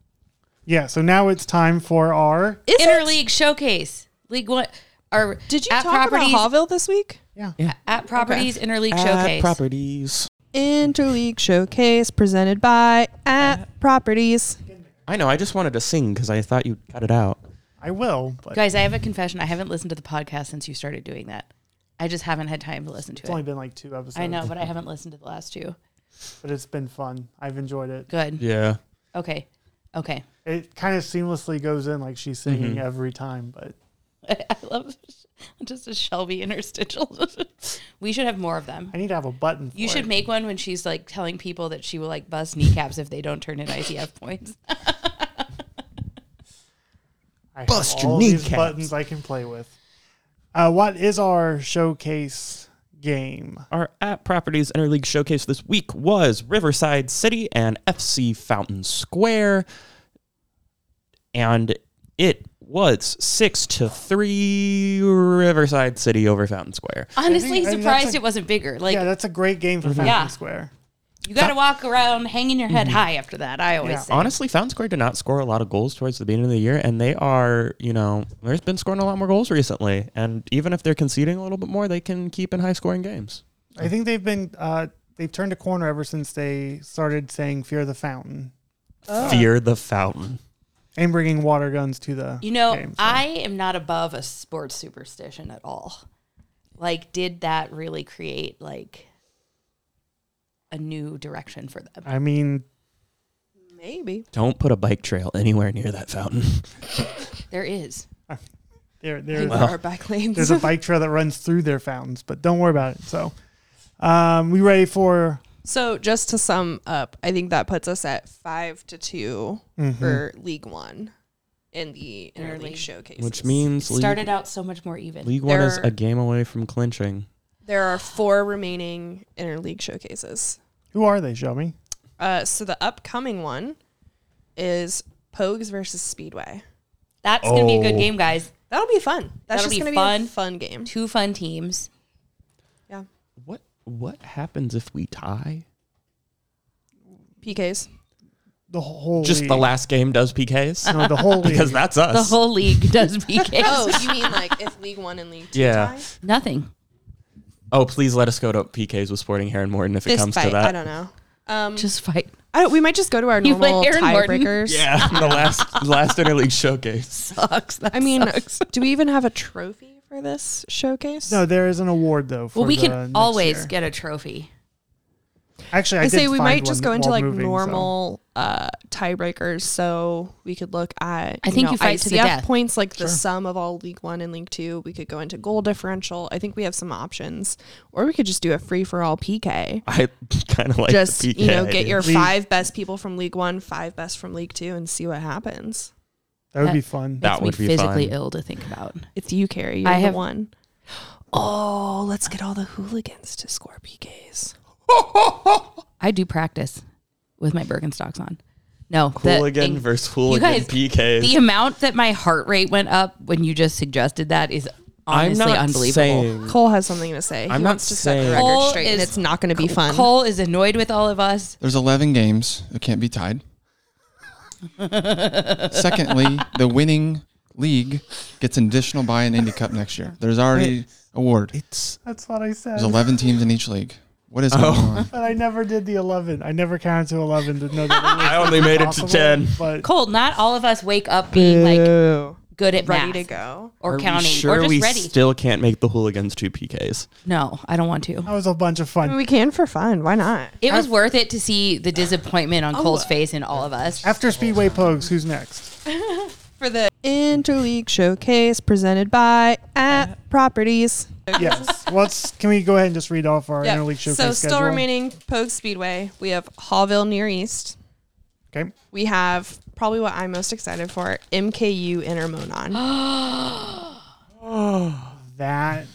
Speaker 8: Yeah. So now it's time for our.
Speaker 2: Is it?
Speaker 9: Interleague Showcase, League One. Or
Speaker 2: Did you
Speaker 9: at
Speaker 2: talk about
Speaker 9: properties,
Speaker 2: Hallville this week?
Speaker 8: Yeah.
Speaker 9: at properties Interleague
Speaker 10: At
Speaker 9: Showcase?
Speaker 10: properties.
Speaker 2: Interleague Showcase presented by At Properties.
Speaker 10: I know. I just wanted to sing because I thought you cut it out.
Speaker 8: I will. But
Speaker 9: Guys, I have a confession. I haven't listened to the podcast since you started doing that. I just haven't had time to listen to
Speaker 8: it's only
Speaker 9: it.
Speaker 8: been like two episodes.
Speaker 9: I know, but I haven't listened to the last two.
Speaker 8: but it's been fun. I've enjoyed it.
Speaker 9: Good.
Speaker 10: Yeah.
Speaker 9: Okay. Okay. <laughs>
Speaker 8: It kind of seamlessly goes in like she's singing every time, but
Speaker 9: I, I love <laughs> just a Shelby interstitial. <laughs> we should have more of them.
Speaker 8: I need to have a button. For
Speaker 9: You
Speaker 8: it.
Speaker 9: should make one when she's like telling people that she will like bust kneecaps if they don't turn in
Speaker 8: <laughs>
Speaker 9: ITF points.
Speaker 8: I have
Speaker 6: Bust your
Speaker 8: all these
Speaker 6: kneecaps.
Speaker 8: buttons I can play with. Uh, what is our showcase game?
Speaker 10: Our at properties interleague showcase this week was Riverside City and FC Fountain Square, and it was six to three Riverside City over Fountain Square.
Speaker 9: Honestly,
Speaker 8: I mean, that's
Speaker 9: surprised
Speaker 8: a-
Speaker 9: it wasn't bigger. Like Mm-hmm.
Speaker 8: yeah, that's a great game for Fountain
Speaker 9: Yeah.
Speaker 8: Square.
Speaker 9: you got to walk around hanging your head high after that. I always
Speaker 8: Mm-hmm. Yeah.
Speaker 9: say.
Speaker 10: Honestly, Fountain Square did not score a lot of goals towards the beginning of the year, and they are, you know, there's been scoring a lot more goals recently. And even if they're conceding a little bit more, they can keep in high scoring games.
Speaker 8: I think they've been uh, they've turned a corner ever since they started saying "Fear the Fountain"
Speaker 10: Fear the fountain.
Speaker 8: and bringing water guns to the.
Speaker 9: You know,
Speaker 8: game, so.
Speaker 9: I am not above a sports superstition at all. Like, did that really create like a new direction for them?
Speaker 8: I mean,
Speaker 2: Maybe.
Speaker 10: Don't put a bike trail anywhere near that <laughs> fountain.
Speaker 9: There is.
Speaker 2: I
Speaker 8: there
Speaker 2: think
Speaker 8: there's
Speaker 2: there are back lanes.
Speaker 8: <laughs> there's a bike trail that runs through their fountains, but don't worry about it. So, um, we ready for?
Speaker 2: <laughs> So just to sum up, I think that puts us at five to 2
Speaker 8: Mm-hmm.
Speaker 2: for League One in the interleague showcase.
Speaker 10: Which means League,
Speaker 9: Started out so much more even.
Speaker 10: League One is
Speaker 2: They're-
Speaker 10: a game away from clinching.
Speaker 2: there are four remaining interleague showcases.
Speaker 8: Who are they, Shelby?
Speaker 2: Uh, so the upcoming one is Pogues versus Speedway.
Speaker 9: That's gonna be a good
Speaker 10: Oh.
Speaker 9: game, guys.
Speaker 2: That'll be fun.
Speaker 9: That'll
Speaker 2: That's just
Speaker 9: be
Speaker 2: gonna be
Speaker 9: fun.
Speaker 2: a fun game.
Speaker 9: Two fun teams.
Speaker 2: Yeah.
Speaker 10: What what happens if we tie?
Speaker 2: PKs.
Speaker 8: The whole
Speaker 10: Just the
Speaker 8: league.
Speaker 10: last game does
Speaker 8: <laughs>
Speaker 10: PKs
Speaker 8: No, the whole league.
Speaker 10: <laughs> because that's us.
Speaker 9: The whole <laughs> league does PKs.
Speaker 2: <laughs> <laughs> Oh, you mean like if League One and League Two
Speaker 10: Yeah.
Speaker 2: tie?
Speaker 9: Nothing.
Speaker 10: oh, please let us go to PKs with Sporting Heron Morton if it
Speaker 2: Fist
Speaker 10: comes
Speaker 2: fight.
Speaker 10: to that.
Speaker 2: I don't know. Um,
Speaker 9: Just fight.
Speaker 2: I don't, we might just go to our
Speaker 9: You
Speaker 2: normal
Speaker 9: like Aaron Morton?
Speaker 2: tiebreakers.
Speaker 10: <laughs> Yeah, the last last interleague
Speaker 9: <laughs>
Speaker 10: showcase.
Speaker 9: Sucks. That
Speaker 2: I mean,
Speaker 9: sucks.
Speaker 2: do we even have a trophy for this showcase?
Speaker 8: no, there is an award though. For
Speaker 9: well, we
Speaker 8: the
Speaker 9: can
Speaker 8: next
Speaker 9: always
Speaker 8: year.
Speaker 9: get a trophy.
Speaker 8: Actually, I,
Speaker 2: I
Speaker 8: did
Speaker 2: say we
Speaker 8: find
Speaker 2: might
Speaker 8: one
Speaker 2: just go
Speaker 8: while
Speaker 2: into like
Speaker 8: moving, so-
Speaker 2: normal uh, tiebreakers, so we could look at.
Speaker 9: I think
Speaker 2: know,
Speaker 9: you fight to the
Speaker 2: ICF
Speaker 9: death.
Speaker 2: points, like the sum of all League One and League Two. We could go into goal differential. I think we have some options, or we could just do a free for all PK.
Speaker 10: I <laughs> kind of like
Speaker 2: just
Speaker 10: the PK
Speaker 2: you know, get
Speaker 10: idea.
Speaker 2: your
Speaker 8: League-
Speaker 2: five best people from League One, five best from League Two, and see what happens.
Speaker 8: That would be fun.
Speaker 10: That
Speaker 9: Makes me
Speaker 10: would be
Speaker 9: physically
Speaker 10: fun.
Speaker 9: ill to think about.
Speaker 2: It's you, Carrie. You're
Speaker 9: I
Speaker 2: the
Speaker 9: have- <gasps>
Speaker 2: one. Oh, let's get all the hooligans to score PKs.
Speaker 9: I do practice with my Birkenstocks on. No, the-
Speaker 10: Hooligan
Speaker 9: and-
Speaker 10: versus hooligan
Speaker 9: guys,
Speaker 10: PKs.
Speaker 9: The amount that my heart rate went up when you just suggested that is
Speaker 10: I'm
Speaker 9: honestly
Speaker 10: not
Speaker 9: unbelievable.
Speaker 10: <laughs> saying
Speaker 2: Cole has something to say.
Speaker 10: I'm
Speaker 2: he
Speaker 10: not
Speaker 2: wants to set the
Speaker 10: saying-
Speaker 2: record
Speaker 9: Cole
Speaker 2: straight, and
Speaker 9: is-
Speaker 2: it's not going to be fun.
Speaker 9: Cole is annoyed with all of us.
Speaker 3: There's 11 games that can't be tied. Secondly, the winning league gets an additional buy in Indy Cup next year. There's already award.
Speaker 10: it's
Speaker 8: That's what I said.
Speaker 3: There's 11 teams in each league. What is going
Speaker 10: Oh,
Speaker 3: on?
Speaker 8: But I never did the 11. I never counted to 11 to know that it was
Speaker 10: I only made it <laughs> to
Speaker 8: possible,
Speaker 10: 10.
Speaker 8: But
Speaker 9: Cole, not all of us wake up being like
Speaker 2: Boo.
Speaker 9: good at
Speaker 2: ready
Speaker 9: math
Speaker 2: to go.
Speaker 9: or
Speaker 10: Are we
Speaker 9: counting
Speaker 10: sure
Speaker 9: or
Speaker 10: we
Speaker 9: just ready.
Speaker 10: still can't make the hooligans two PKs.
Speaker 9: no, I don't want to.
Speaker 2: Oh,
Speaker 8: that was a bunch of
Speaker 2: I mean,
Speaker 8: fun.
Speaker 2: we can for fun. Why not?
Speaker 9: It was worth it to see the disappointment
Speaker 2: Oh,
Speaker 9: on Cole's face in all of us.
Speaker 8: After Speedway Pogues, who's next?
Speaker 2: For the interleague showcase presented by at properties.
Speaker 8: Yes. Let's can we go ahead and just read off our interleague showcase
Speaker 2: So
Speaker 8: schedule?
Speaker 2: still remaining Pogue Speedway. We have Hallville Near East.
Speaker 8: Okay.
Speaker 2: We have probably what I'm most excited for, MKU <gasps> Intermonon.
Speaker 8: That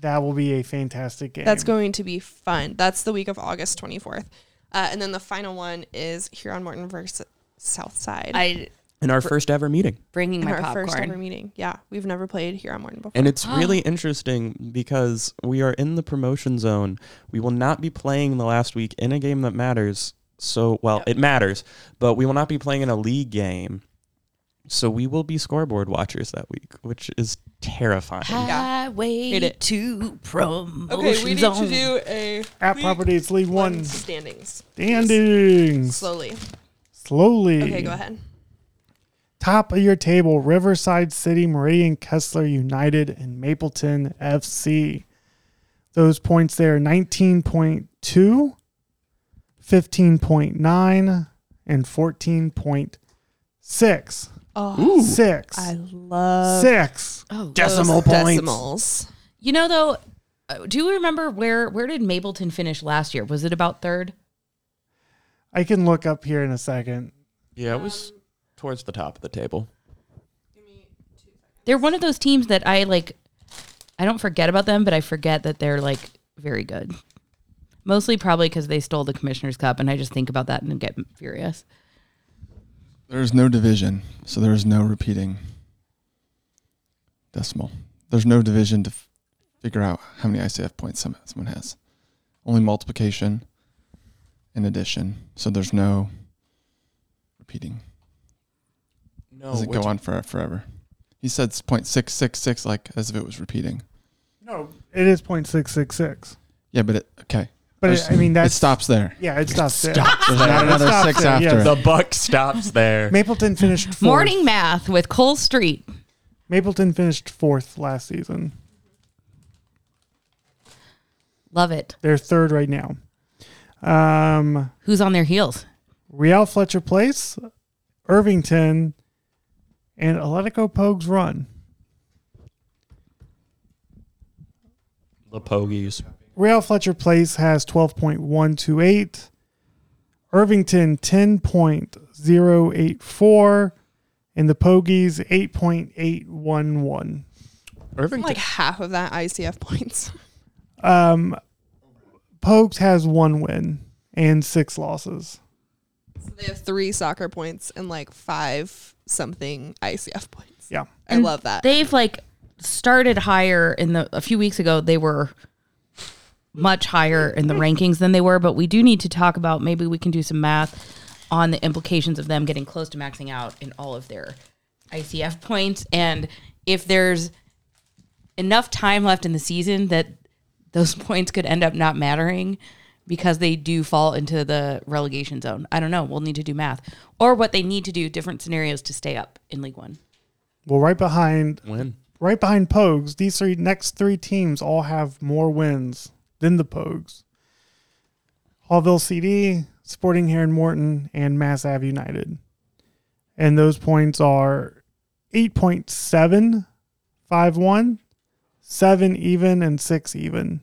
Speaker 8: that will be a fantastic game.
Speaker 2: That's going to be fun. That's the week of August 24th. Uh, and then the final one is Huron Morton versus Southside.
Speaker 9: I
Speaker 10: In our first ever meeting.
Speaker 9: bringing
Speaker 2: in
Speaker 9: my
Speaker 2: our first ever
Speaker 9: popcorn.
Speaker 2: meeting. Yeah, we've never played Huron Morton before.
Speaker 10: And
Speaker 9: <gasps>
Speaker 10: it's really interesting because we are in the promotion zone. We will not be playing the last week in a game that matters. So, well, it matters, but we will not be playing in a league game. So we will be scoreboard watchers that week, which is terrifying.
Speaker 2: Hate
Speaker 9: Highway
Speaker 2: it.
Speaker 9: to promotion
Speaker 2: Okay, we need to
Speaker 9: zone.
Speaker 2: do a
Speaker 8: at Properties League One
Speaker 2: one standings.
Speaker 8: standings.
Speaker 2: Slowly.
Speaker 8: Slowly.
Speaker 2: Okay, go ahead.
Speaker 8: Top of your table, Riverside City, Meridian Kessler United, and Mapleton FC. Those points there 19.2, 15.9, and 14.2. Six.
Speaker 2: Oh,
Speaker 8: Six.
Speaker 2: I love
Speaker 8: Six.
Speaker 9: Oh,
Speaker 8: Decimal
Speaker 2: those
Speaker 8: points.
Speaker 2: Decimals.
Speaker 9: You know though, uh, do you remember where where did Mableton finish last year? Was it about third?
Speaker 8: I can look up here in a second.
Speaker 10: Yeah, it was towards the top of the table.
Speaker 9: They're one of those teams that I like. I don't forget about them, but I forget that they're like very good. Mostly probably because they stole the commissioner's cup, and I just think about that and get furious.
Speaker 3: There's no division, so there's no repeating decimal. There's no division to f- figure out how many ICF points some, someone has. Only multiplication and addition. So there's no repeating.
Speaker 10: No,
Speaker 3: Does it go on for, forever? He said it's 0.666 like as if it was repeating.
Speaker 8: No, it is point six six six.
Speaker 3: Yeah, but it okay.
Speaker 8: But it,
Speaker 3: There's-
Speaker 8: I mean
Speaker 3: it
Speaker 8: that's
Speaker 3: stops there.
Speaker 8: yeah, it stops there.
Speaker 3: There's not
Speaker 8: it
Speaker 3: another
Speaker 8: stops
Speaker 3: six
Speaker 8: there,
Speaker 3: after.
Speaker 8: yes.
Speaker 3: it.
Speaker 10: The buck stops there.
Speaker 8: Mapleton finished fourth.
Speaker 9: Morning math with Cole Street.
Speaker 8: Mapleton finished fourth last season.
Speaker 9: Love it.
Speaker 8: They're third right now. Um,
Speaker 9: Who's on their heels?
Speaker 8: Real Fletcher Place, Irvington, and Atletico Pogues Run.
Speaker 10: The Pogies.
Speaker 8: Real Fletcher Place has 12.128. Irvington 10.084 and the Pogies 8.811.
Speaker 10: Irvington.
Speaker 2: Like half of that ICF points.
Speaker 8: Um Pogues has one win and six losses.
Speaker 2: <laughs> So they have three soccer points and like five something ICF points.
Speaker 8: Yeah.
Speaker 2: I love that.
Speaker 9: They've like started higher in the a few weeks ago. They were much higher in the rankings than they were, but we do need to talk about maybe we can do some math on the implications of them getting close to maxing out in all of their ICF points and if there's enough time left in the season that those <laughs> points could end up not mattering because they do fall into the relegation zone. I don't know. We'll need to do math or what they need to do different scenarios to stay up in League 1.
Speaker 8: Well, right behind
Speaker 10: Win.
Speaker 8: right behind Pogues, these three next three teams all have more wins than the Pogues. Hallville CD, Sporting Heron Morton, and Mass Ave United. And those points are 8.7, 5 1, 7 even, and 6 even.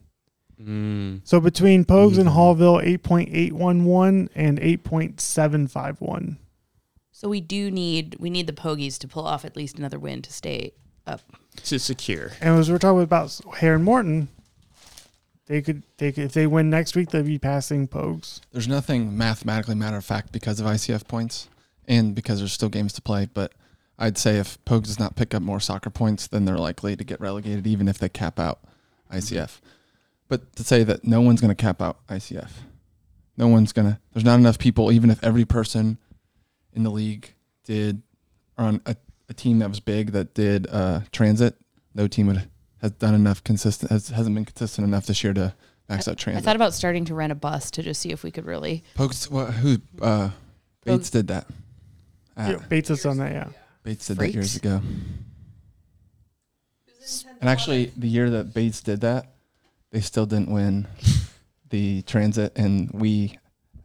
Speaker 10: Mm. Mm-hmm.
Speaker 8: So between Pogues and Hallville, 8.811 and 8.751.
Speaker 9: So we do need we need the Pogies to pull off at least another win to stay up.
Speaker 10: To secure.
Speaker 8: And as we're talking about Hare and Morton, they could they could if they win next week, they'd be passing Pogues.
Speaker 3: There's nothing mathematically matter of fact because of ICF points and because there's still games to play. But I'd say if Pogue does not pick up more soccer points, then they're likely to get relegated, even if they cap out ICF. But to say that no one's going to cap out ICF, no one's going to, there's not enough people, even if every person in the league did, or on a, a team that was big that did uh, transit, no team would, has done enough consistent, has, hasn't been consistent enough this year to max out
Speaker 9: I
Speaker 3: transit.
Speaker 9: thought about starting to rent a bus to just see if we could really.
Speaker 3: Pokes, what, who? Uh, Bates did that. Uh,
Speaker 8: Yeah, Bates has done that, yeah.
Speaker 3: Bates did
Speaker 9: Freaks.
Speaker 3: that years ago. And actually, the year that Bates did that, they still didn't win the transit, and we,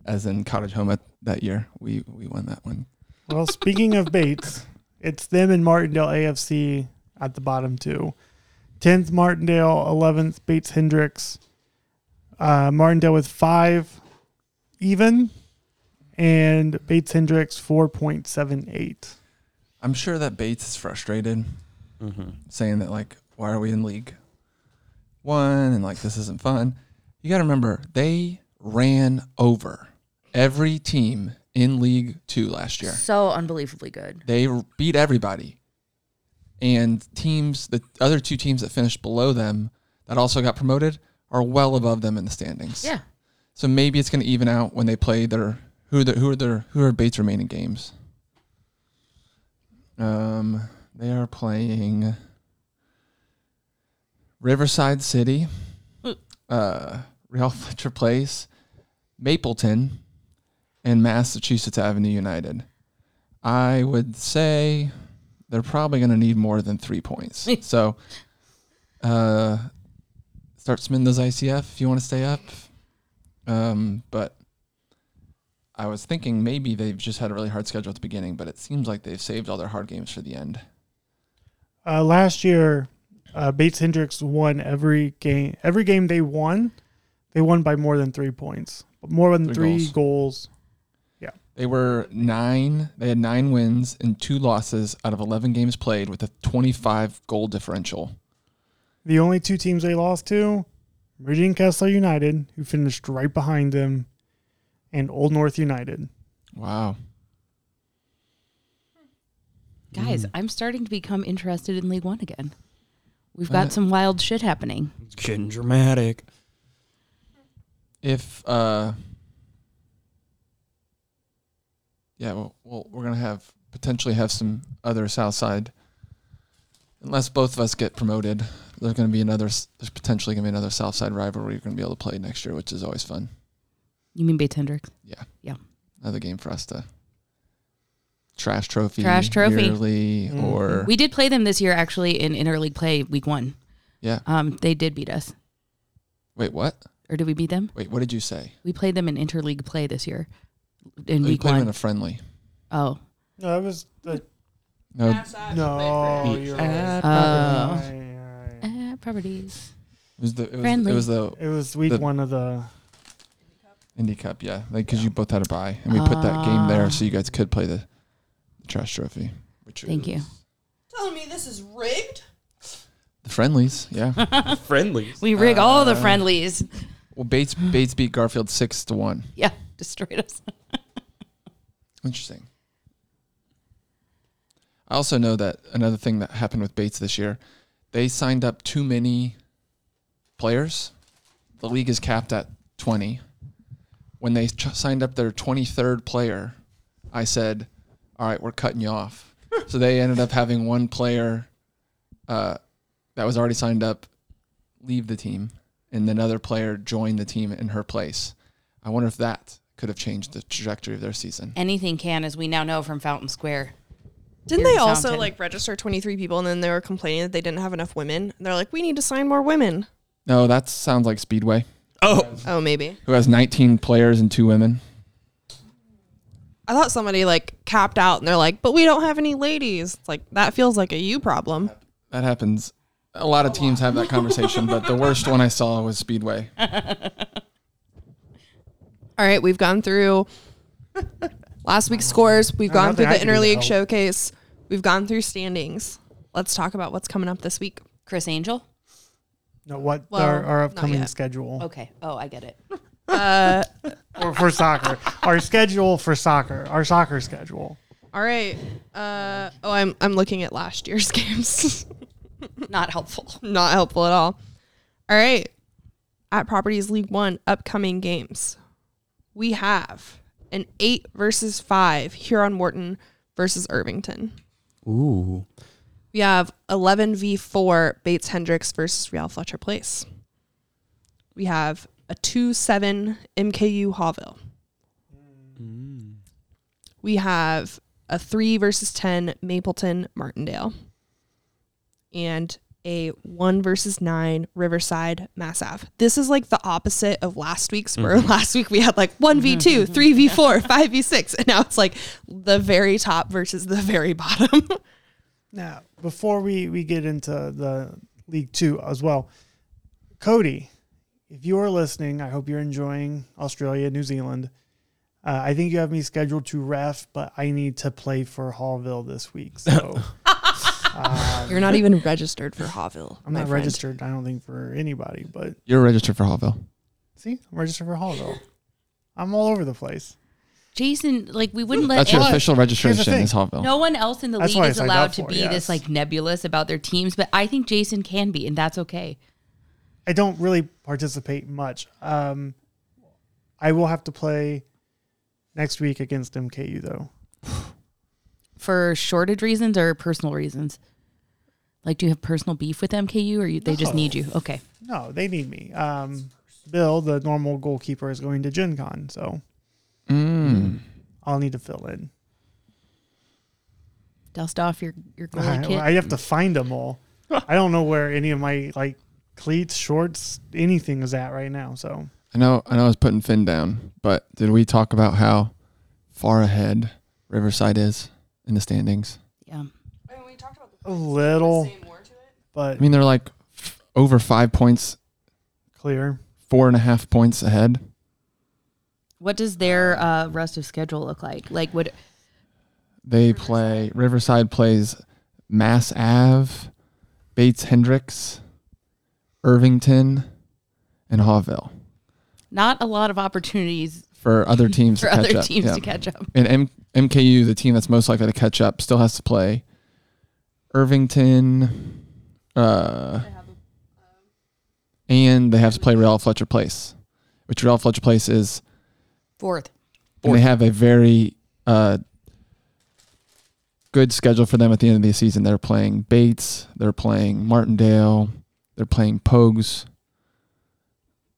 Speaker 3: as in Cottage Home at that year, we we won that one.
Speaker 8: Well, speaking of Bates, it's them and Martindale AFC at the bottom too. Tenth Martindale, eleventh Bates Hendricks. Uh, Martindale with five even, and Bates Hendricks four point seven eight.
Speaker 3: I'm sure that Bates is frustrated,
Speaker 10: Mm-hmm.
Speaker 3: saying that like, why are we in League One and like this isn't fun. You got to remember they ran over every team in League Two last year.
Speaker 9: So unbelievably good.
Speaker 3: they r- beat everybody. And teams, the other two teams that finished below them that also got promoted are well above them in the standings.
Speaker 9: Yeah.
Speaker 3: So maybe it's going to even out when they play their who are their, who are their who are Bates remaining games. Um, they are playing Riverside City, uh, Real Fletcher Place, Mapleton, and Massachusetts Avenue United. I would say they're probably going to need more than three points. so, uh, start spinning those ICF if you want to stay up. Um, but I was thinking maybe they've just had a really hard schedule at the beginning, but it seems like they've saved all their hard games for the end.
Speaker 8: Uh, last year, uh, Bates Hendricks won every game. Every game they won, they won by more than three points, more than three
Speaker 3: Three goals.
Speaker 8: goals. Yeah,
Speaker 3: They were nine. They had nine wins and two losses out of eleven games played, with a twenty-five goal differential.
Speaker 8: the only two teams they lost to, Meridian Kessler United, who finished right behind them, and Old North United.
Speaker 3: Wow.
Speaker 9: Guys,
Speaker 3: Mm.
Speaker 10: Mm-hmm.
Speaker 9: I'm starting to become interested in League One again. We've
Speaker 3: Uh,
Speaker 9: got some wild shit happening.
Speaker 10: It's getting dramatic.
Speaker 3: If uh, yeah, well, well, we're gonna have potentially have some other South Side. Unless both of us get promoted, there's gonna be another. s- There's potentially gonna be another South Side rivalry you're gonna be able to play next year, which is always fun.
Speaker 9: You mean Bates Hendricks?
Speaker 3: Yeah.
Speaker 9: Yeah.
Speaker 3: Another game for us to trash trophy,
Speaker 9: Trash trophy. Mm-hmm.
Speaker 3: yearly, or
Speaker 9: We did play them this year, actually, in interleague play week one.
Speaker 3: yeah.
Speaker 9: Um, they did beat us,
Speaker 3: Wait, what?
Speaker 9: or did we beat them?
Speaker 3: Wait, what did you say?
Speaker 9: We played them in interleague play this year, in
Speaker 3: Oh, you
Speaker 9: week
Speaker 3: played them in
Speaker 9: one.
Speaker 3: a friendly.
Speaker 9: oh,
Speaker 8: No, that was the
Speaker 3: No, it
Speaker 8: no.
Speaker 10: The
Speaker 8: You're
Speaker 10: ad
Speaker 8: right.
Speaker 9: property.
Speaker 8: Aye, aye.
Speaker 9: uh, properties. <laughs>
Speaker 3: was the it was,
Speaker 9: Friendly.
Speaker 3: it was the
Speaker 8: It was week
Speaker 3: The-
Speaker 8: one of the.
Speaker 3: Indy Cup, yeah, like because you both had a bye, and we put that game there so you guys could play the, the trash trophy. Which
Speaker 9: Thank you.
Speaker 3: is
Speaker 11: Telling me this is rigged?
Speaker 3: The friendlies, yeah.
Speaker 10: <laughs> Friendlies.
Speaker 9: We rig all
Speaker 3: Uh.
Speaker 9: the friendlies.
Speaker 3: well, Bates Bates beat Garfield six to one.
Speaker 9: Yeah, destroyed us.
Speaker 3: Interesting. I also know that another thing that happened with Bates this year, they signed up too many players. The league is capped at 20. When they ch- signed up their 23rd player, I said, All right, we're cutting you off. so they ended up having one player uh, that was already signed up leave the team, and another player join the team in her place. I wonder if that could have changed the trajectory of their season.
Speaker 9: Anything can, as we now know from Fountain Square.
Speaker 2: Didn't
Speaker 9: Beer
Speaker 2: they also
Speaker 9: fountain.
Speaker 2: like register 23 people and then they were complaining that they didn't have enough women? And they're like, we need to sign more women.
Speaker 3: No, that sounds like Speedway,
Speaker 2: Oh, maybe.
Speaker 3: who has 19 players and two women.
Speaker 2: I thought somebody like capped out and they're like, but we don't have any ladies. It's like, that feels like a you problem.
Speaker 3: That happens. A lot of teams have that conversation, but the worst one I saw was Speedway.
Speaker 2: All right, we've gone through last week's scores. We've gone
Speaker 8: nothing
Speaker 2: through the
Speaker 8: I can do to
Speaker 2: interleague
Speaker 8: help.
Speaker 2: showcase. We've gone through standings. Let's talk about what's coming up this week.
Speaker 9: Chris Angel.
Speaker 8: No, what
Speaker 2: Well,
Speaker 8: our, our
Speaker 2: not
Speaker 8: upcoming
Speaker 2: yet.
Speaker 8: schedule
Speaker 9: Okay. Oh, I get it.
Speaker 8: for,
Speaker 2: <laughs>
Speaker 8: for soccer? Our schedule for soccer. Our soccer schedule.
Speaker 2: All right. Uh, oh, I'm I'm looking at last year's <laughs> games.
Speaker 9: Not helpful.
Speaker 2: Not helpful at all. All right. At Properties League One, upcoming games. We have an eight versus five Huron Morton versus Irvington.
Speaker 10: Ooh.
Speaker 2: We have 11v4 Bates Hendricks versus Real Fletcher Place. We have a 2 7 MKU Hawville. We have a 3 versus 10 Mapleton Martindale. And a 1 versus 9 Riverside Mass Ave. This is like the opposite of last week's, where last week we had like 1v2, 3v4, 5v6. And now it's like the very top versus the very bottom.
Speaker 8: Now, before we we get into the League Two as well, Cody, if you are listening, I hope you're enjoying Australia, New Zealand. Uh, I think you have me scheduled to ref, but I need to play for Hallville this week, so um,
Speaker 2: You're not <laughs> even registered for Hawville.
Speaker 8: I'm
Speaker 2: my
Speaker 8: not
Speaker 2: friend.
Speaker 8: registered. I don't think for anybody, but
Speaker 3: <laughs> You're registered for Hallville.
Speaker 8: see, I'm registered for Hallville. I'm all over the place.
Speaker 9: Jason, like we wouldn't let
Speaker 3: That's your
Speaker 9: any-
Speaker 3: official registration
Speaker 8: thing.
Speaker 3: is Hallville.
Speaker 9: no one else in the
Speaker 8: That's
Speaker 9: league
Speaker 8: what I
Speaker 9: is
Speaker 8: signed
Speaker 9: allowed
Speaker 8: up
Speaker 9: to
Speaker 8: for,
Speaker 9: be
Speaker 8: yes.
Speaker 9: this like nebulous about their teams, but I think Jason can be, and that's okay.
Speaker 8: I don't really participate much. Um, I will have to play next week against MKU though.
Speaker 9: For shortage reasons or personal reasons. Like, do you have personal beef with MKU, or you, they just need you? Okay.
Speaker 8: No, they need me. Um, Bill, the normal goalkeeper, is going to Gen Con, so
Speaker 3: Mm.
Speaker 8: I'll need to fill in.
Speaker 9: Dust off your your goalie
Speaker 8: I,
Speaker 9: kit.
Speaker 8: I have to find them all. I don't know where any of my like cleats, shorts, anything is at right now. So
Speaker 3: I know. I know. I was putting Finn down, but did we talk about how far ahead Riverside is in the standings.
Speaker 8: A little, but
Speaker 3: I mean, they're like f- over five points,
Speaker 8: clear.
Speaker 3: four and a half points ahead.
Speaker 12: What does their uh, rest of schedule look like? Like, would
Speaker 3: They play Riverside plays Mass Ave, Bates Hendricks, Irvington, and Hawville
Speaker 12: not a lot of opportunities <laughs>
Speaker 3: for other teams
Speaker 12: For
Speaker 3: to catch
Speaker 12: other
Speaker 3: up.
Speaker 12: teams to catch up.
Speaker 3: And M- MKU, the team that's most likely to catch up, still has to play Irvington, uh, and they have to play Real Fletcher Place, which Real Fletcher Place is
Speaker 9: Fourth.
Speaker 3: and they have a very uh, good schedule for them at the end of the season. They're playing Bates, they're playing Martindale, they're playing Pogues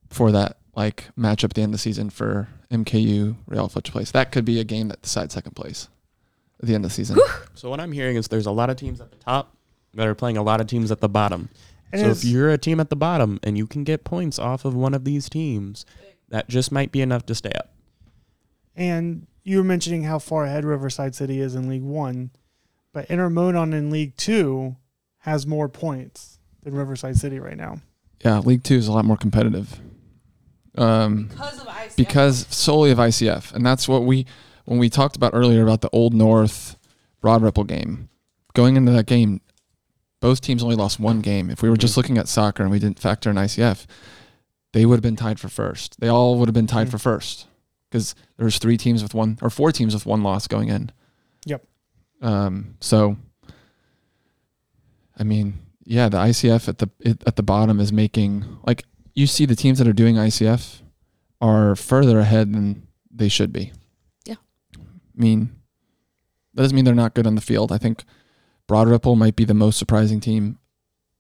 Speaker 3: for that like matchup at the end of the season for MKU Real Fletcher Place. That could be a game that decides second place at the end of the season.
Speaker 10: So what I'm hearing is there's a lot of teams at the top that are playing a lot of teams at the bottom.
Speaker 8: And
Speaker 10: so
Speaker 8: it's-
Speaker 10: if you're a team at the bottom and you can get points off of one of these teams, that just might be enough to stay up.
Speaker 8: And you were mentioning how far ahead Riverside City is in League One, but Intermonon in League Two has more points than Riverside City right now.
Speaker 3: Yeah, League Two is a lot more competitive. Um, because of ICF. Because solely of ICF. And that's what we, when we talked about earlier about the Old North Broad Ripple game, going into that game, both teams only lost one game. If we were just looking at soccer and we didn't factor in ICF, they would have been tied for first. They all would have been tied for first because there was three teams with one or four teams with one loss going in.
Speaker 8: Yep.
Speaker 3: Um, so, I mean, yeah, the ICF at the it, at the bottom is making like you see the teams that are doing ICF are further ahead than they should be.
Speaker 12: Yeah.
Speaker 3: I mean, that doesn't mean they're not good on the field. I think Broad Ripple might be the most surprising team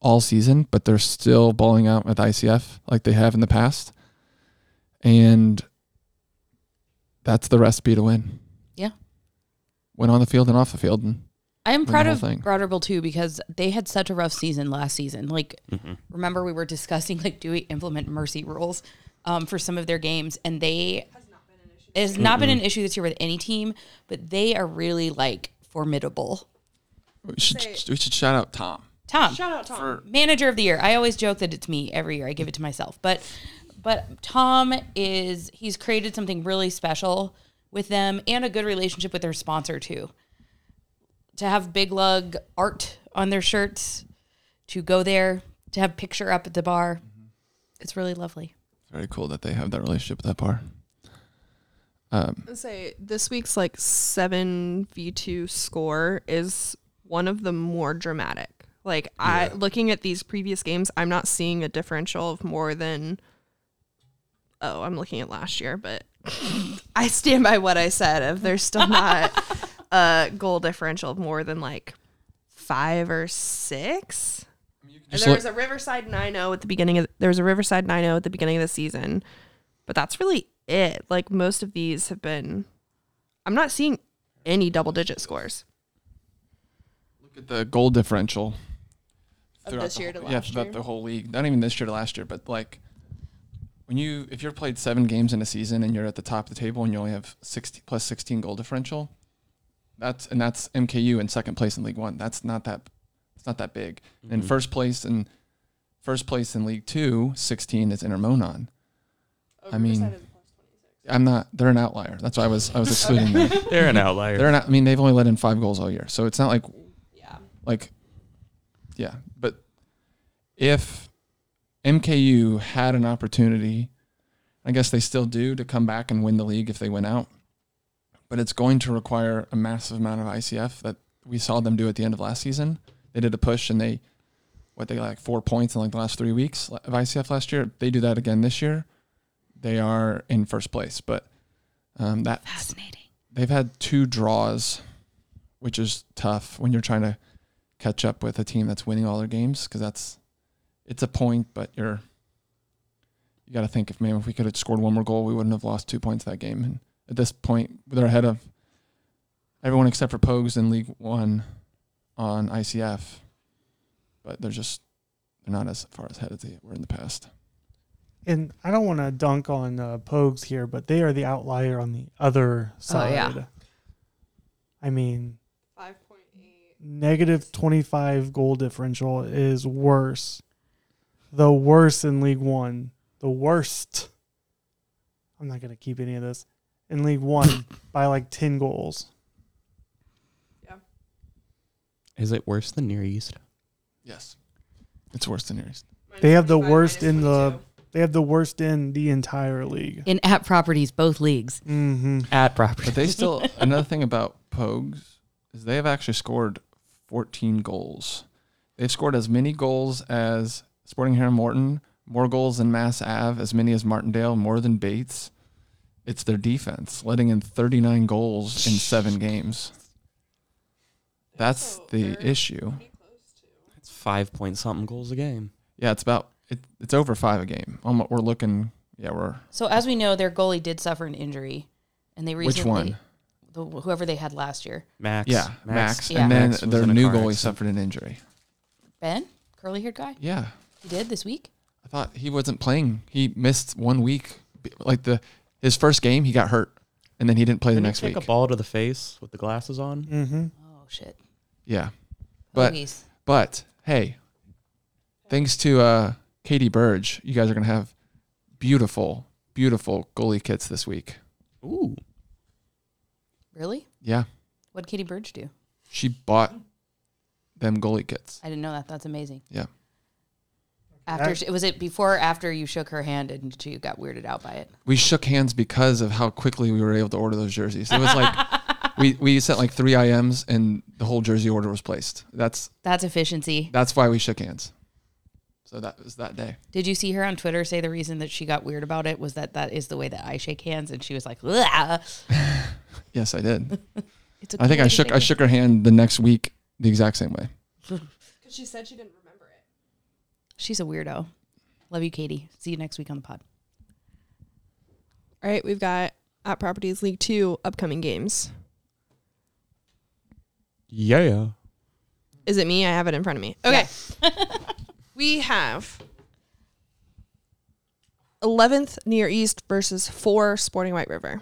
Speaker 3: all season, but they're still balling out with ICF like they have in the past, and that's the recipe to win.
Speaker 9: Yeah.
Speaker 3: Win on the field and off the field, and
Speaker 9: I am
Speaker 3: win the
Speaker 9: proud
Speaker 3: whole
Speaker 9: of
Speaker 3: thing.
Speaker 9: Broderville too because they had such a rough season last season. Like,
Speaker 3: Mhm.
Speaker 9: remember we were discussing like do we implement mercy rules um, for some of their games, and they it has not been an issue this year with any team, but they are really like formidable.
Speaker 3: We should we should shout out Tom.
Speaker 9: Tom. Shout out Tom. Manager of the year. I always joke that it's me every year. I give it to myself. But but Tom is he's created something really special with them and a good relationship with their sponsor too. To have Big Lug art on their shirts, to go there, to have picture up at the bar. Mm-hmm. It's really lovely.
Speaker 3: Very cool that they have that relationship with that bar. Um,
Speaker 2: I'd say this week's like 7v2 score is one of the more dramatic. Like I looking at these previous games, I'm not seeing a differential of more than oh, I'm looking at last year, but <laughs> I stand by what I said of there's still
Speaker 3: <laughs>
Speaker 2: not a goal differential of more than like 5 or 6. And
Speaker 3: just
Speaker 2: there
Speaker 3: look-
Speaker 2: was a Riverside 9-0 at the beginning of there was a Riverside 9-0 at the beginning of the season. But that's really it. Like most of these have been I'm not seeing any double digit scores.
Speaker 3: look at the goal differential.
Speaker 2: Of
Speaker 3: throughout
Speaker 2: this
Speaker 3: the
Speaker 2: year
Speaker 3: whole-
Speaker 2: to
Speaker 3: yeah,
Speaker 2: last
Speaker 3: throughout
Speaker 2: year.
Speaker 3: the whole league. Not even this year to last year, but like when you if you're played seven games in a season and you're at the top of the table and you only have 60 plus 16 goal differential, that's and that's MKU in second place in League One. That's not that it's not that big. And
Speaker 10: Mhm.
Speaker 3: first place in first place in League Two, 16 is Intermonon.
Speaker 2: Oh,
Speaker 3: I mean, I'm not. They're an outlier. That's why I was
Speaker 2: <laughs>
Speaker 3: I was excluding
Speaker 10: Okay.
Speaker 3: them.
Speaker 10: They're an outlier.
Speaker 3: They're not. I mean, they've only let in five goals all year, so it's not like yeah, like yeah. But if MKU had an opportunity, I guess they still do to come back and win the league if they win out. But it's going to require a massive amount of ICF that we saw them do at the end of last season. They did a push and they what they got like four points in like the last three weeks of ICF last year. They do that again this year. They are in first place, but um, that
Speaker 9: fascinating.
Speaker 3: They've had two draws, which is tough when you're trying to catch up with a team that's winning all their games because that's it's a point, but you're you got to think if man if we could have scored one more goal, we wouldn't have lost two points that game. And at this point, they're ahead of everyone except for Pogues in League One on ICF, but they're just they're not as far ahead as they were in the past.
Speaker 8: and I don't want to dunk on uh, Pogues here, but they are the outlier on the other side.
Speaker 12: yeah.
Speaker 8: I mean, 5.8. Negative 25 goal differential is worse. The worst in League One. The worst. I'm not going to keep any of this. In League One by like 10 goals.
Speaker 10: Is it worse than Near East?
Speaker 3: Yes. It's worse than yours.
Speaker 8: They have the worst in the. They have the worst in the entire league.
Speaker 12: In at properties, both leagues.
Speaker 8: Mm-hmm.
Speaker 10: At property.
Speaker 3: But
Speaker 9: <laughs>
Speaker 3: they still another thing about Pogues is they have actually scored 14 goals. They've scored as many goals as Sporting Heron Morton, more goals than Mass Ave, as many as Martindale, more than Bates. It's their defense, letting in 39 goals in seven games. That's the issue.
Speaker 10: It's five point something goals a game.
Speaker 3: Yeah, it's about it, it's over five a game. Um, we're looking. Yeah, we're
Speaker 9: So as we know, their goalie did suffer an injury, and they
Speaker 3: Which
Speaker 9: recently
Speaker 3: one?
Speaker 9: The, whoever they had last year,
Speaker 10: Max.
Speaker 3: yeah Max,
Speaker 9: Yeah.
Speaker 3: and then
Speaker 10: Max was
Speaker 3: their
Speaker 10: in a
Speaker 3: new
Speaker 10: car
Speaker 3: goalie
Speaker 10: accident.
Speaker 3: suffered an injury.
Speaker 9: Ben, curly haired guy.
Speaker 3: Yeah.
Speaker 9: he did this week.
Speaker 3: I thought he wasn't playing. He missed one week. B- Like the his first game, he got hurt, and then he didn't play the
Speaker 10: Didn't he
Speaker 3: next
Speaker 10: take
Speaker 3: week.
Speaker 10: a ball to the face with the glasses on.
Speaker 8: Mm-hmm.
Speaker 9: Oh shit!
Speaker 3: Yeah,
Speaker 10: Oh,
Speaker 3: but
Speaker 9: Luis.
Speaker 3: but hey, thanks to uh, Katie Burge, you guys are gonna have beautiful, beautiful goalie kits this week.
Speaker 10: Ooh.
Speaker 9: Really?
Speaker 3: Yeah,
Speaker 9: What Katie Burge do?
Speaker 3: she bought them goalie kits.
Speaker 9: I didn't know that. That's amazing.
Speaker 3: Yeah,
Speaker 9: After she, was it before or after you shook her hand and she got weirded out by it?
Speaker 3: we shook hands because of how quickly we were able to order those jerseys. It was
Speaker 10: <laughs>
Speaker 3: like we we sent like three IMs, and the whole jersey order was placed. That's
Speaker 9: That's efficiency.
Speaker 3: That's why we shook hands. So that was that day.
Speaker 9: Did you see her on Twitter say the reason that she got weird about it was that that is the way that I shake hands, and she was like, "Ugh."
Speaker 3: Yes,
Speaker 9: <laughs>
Speaker 3: I did.
Speaker 9: It's a
Speaker 3: I think I
Speaker 9: community
Speaker 3: shook I
Speaker 9: thing.
Speaker 3: shook her hand the next week the exact same way.
Speaker 11: Because she said she didn't remember it.
Speaker 9: She's a weirdo. Love you, Katie. See you next week on the pod.
Speaker 2: All right, we've got at Properties League Two upcoming games.
Speaker 10: Yeah.
Speaker 2: Is it me? I have it in front of me. Okay. <laughs> we have 11th Near East versus 4 Sporting White River.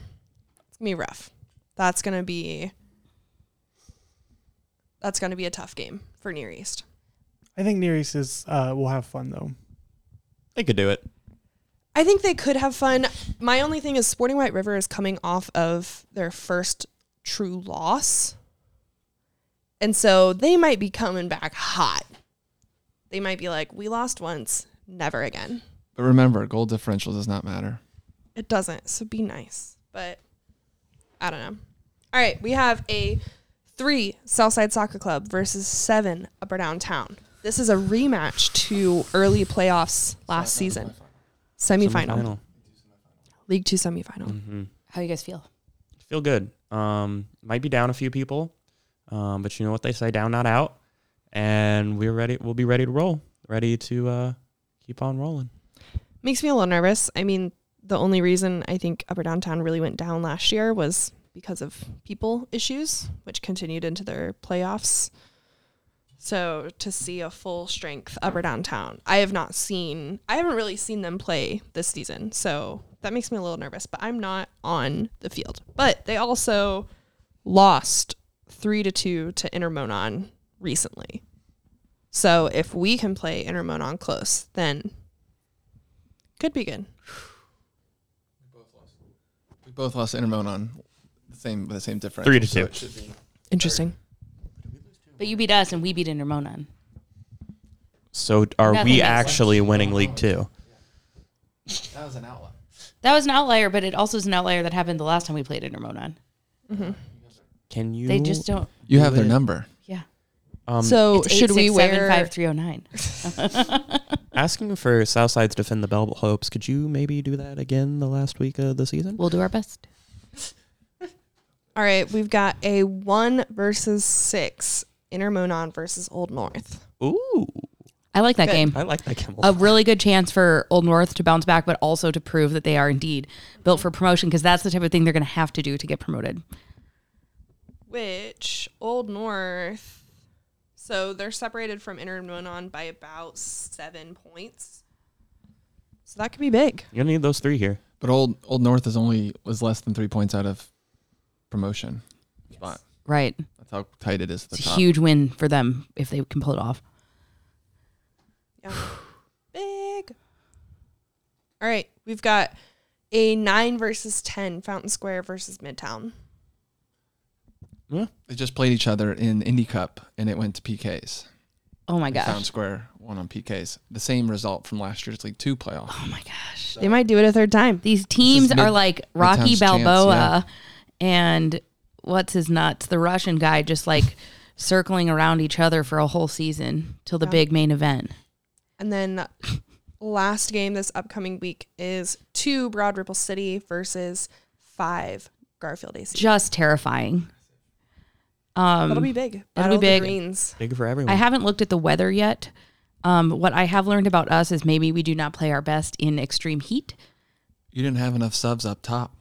Speaker 2: It's going to be rough. That's going to be That's going to be a tough game for Near East.
Speaker 8: I think Near East is uh, will have fun though.
Speaker 10: They could do it.
Speaker 2: I think they could have fun. My only thing is Sporting White River is coming off of their first true loss. And so they might be coming back hot. They might be like, we lost once, never again.
Speaker 3: But remember, goal differential does not matter.
Speaker 2: It doesn't. So be nice. But I don't know. All right. We have a three Southside Soccer Club versus seven Upper Downtown. This is a rematch to early playoffs last season. Semifinal.
Speaker 10: Semifinal.
Speaker 2: League two semifinal.
Speaker 10: hmm
Speaker 9: How you guys feel?
Speaker 10: Feel good. Um, might be down a few people, um, but you know what they say: down, not out. And we're ready. We'll be ready to roll. Ready to uh, keep on rolling.
Speaker 2: Makes me a little nervous. I mean, the only reason I think Upper Downtown really went down last year was because of people issues, which continued into their playoffs. So to see a full strength Upper Downtown, I have not seen, I haven't really seen them play this season. So that makes me a little nervous, but I'm not on the field. But they also lost three to two to Intermonon recently. So if we can play Intermonon close, then could be good.
Speaker 3: We both lost to Intermonon on the same the same difference.
Speaker 10: Three to two.
Speaker 2: Interesting.
Speaker 9: But you beat us, and we beat Intermonon.
Speaker 10: So are
Speaker 9: Nothing
Speaker 10: we
Speaker 9: makes
Speaker 10: actually winning League Two?
Speaker 3: That was an outlet.
Speaker 9: That was an outlier, but it also is an outlier that happened the last time we played Intermonon.
Speaker 10: Can you?
Speaker 9: They just don't.
Speaker 3: You have their
Speaker 10: it.
Speaker 3: number.
Speaker 9: Yeah.
Speaker 10: Um,
Speaker 3: Oh,
Speaker 2: so
Speaker 9: It's
Speaker 2: should we wear?
Speaker 9: 867-5309.
Speaker 10: asking for Southside's defend the bell hopes. Could you maybe do that again the last week of the season?
Speaker 9: we'll do our best.
Speaker 2: All right, we've got a one versus six. Intermonon versus Old North.
Speaker 10: Ooh,
Speaker 9: I like that
Speaker 2: Good.
Speaker 9: game.
Speaker 10: I like that game. a
Speaker 9: A
Speaker 10: lot.
Speaker 9: really good chance for Old North to bounce back, but also to prove that they are indeed built for promotion because that's the type of thing they're going to have to do to get promoted.
Speaker 2: Which Old North? So they're separated from Intermonon by about seven points. So that could be big.
Speaker 10: You need those three here.
Speaker 3: But old Old North is only was less than three points out of promotion spot.
Speaker 9: Right.
Speaker 3: That's how tight it is. At the
Speaker 9: It's a
Speaker 3: top.
Speaker 9: huge win for them if they can pull it off.
Speaker 2: Big. All right. We've got a nine versus 10, Fountain Square versus Midtown.
Speaker 3: They just played each other in Indy Cup, and it went to PKs.
Speaker 9: Oh my
Speaker 3: And
Speaker 9: gosh.
Speaker 3: Found Square won on PKs. The same result from last year's League Two playoff. Oh
Speaker 9: my gosh!
Speaker 2: They might do it a third time.
Speaker 9: These teams
Speaker 3: mid-
Speaker 9: are like Rocky
Speaker 3: midtown's chance,
Speaker 9: Balboa and what's his nuts, the Russian guy, just like <laughs> circling around each other for a whole season till the
Speaker 2: Yeah.
Speaker 9: big main event.
Speaker 2: And then last game this upcoming week is two Broad Ripple City versus five Garfield AC.
Speaker 9: Just terrifying. Um,
Speaker 2: That'll be big.
Speaker 9: That'll be
Speaker 2: Battle of the
Speaker 9: big.
Speaker 2: Greens.
Speaker 10: Big for everyone.
Speaker 9: I haven't looked at the weather yet. Um, what I have learned about us is maybe we do not play our best in extreme heat.
Speaker 3: You didn't have enough subs up top.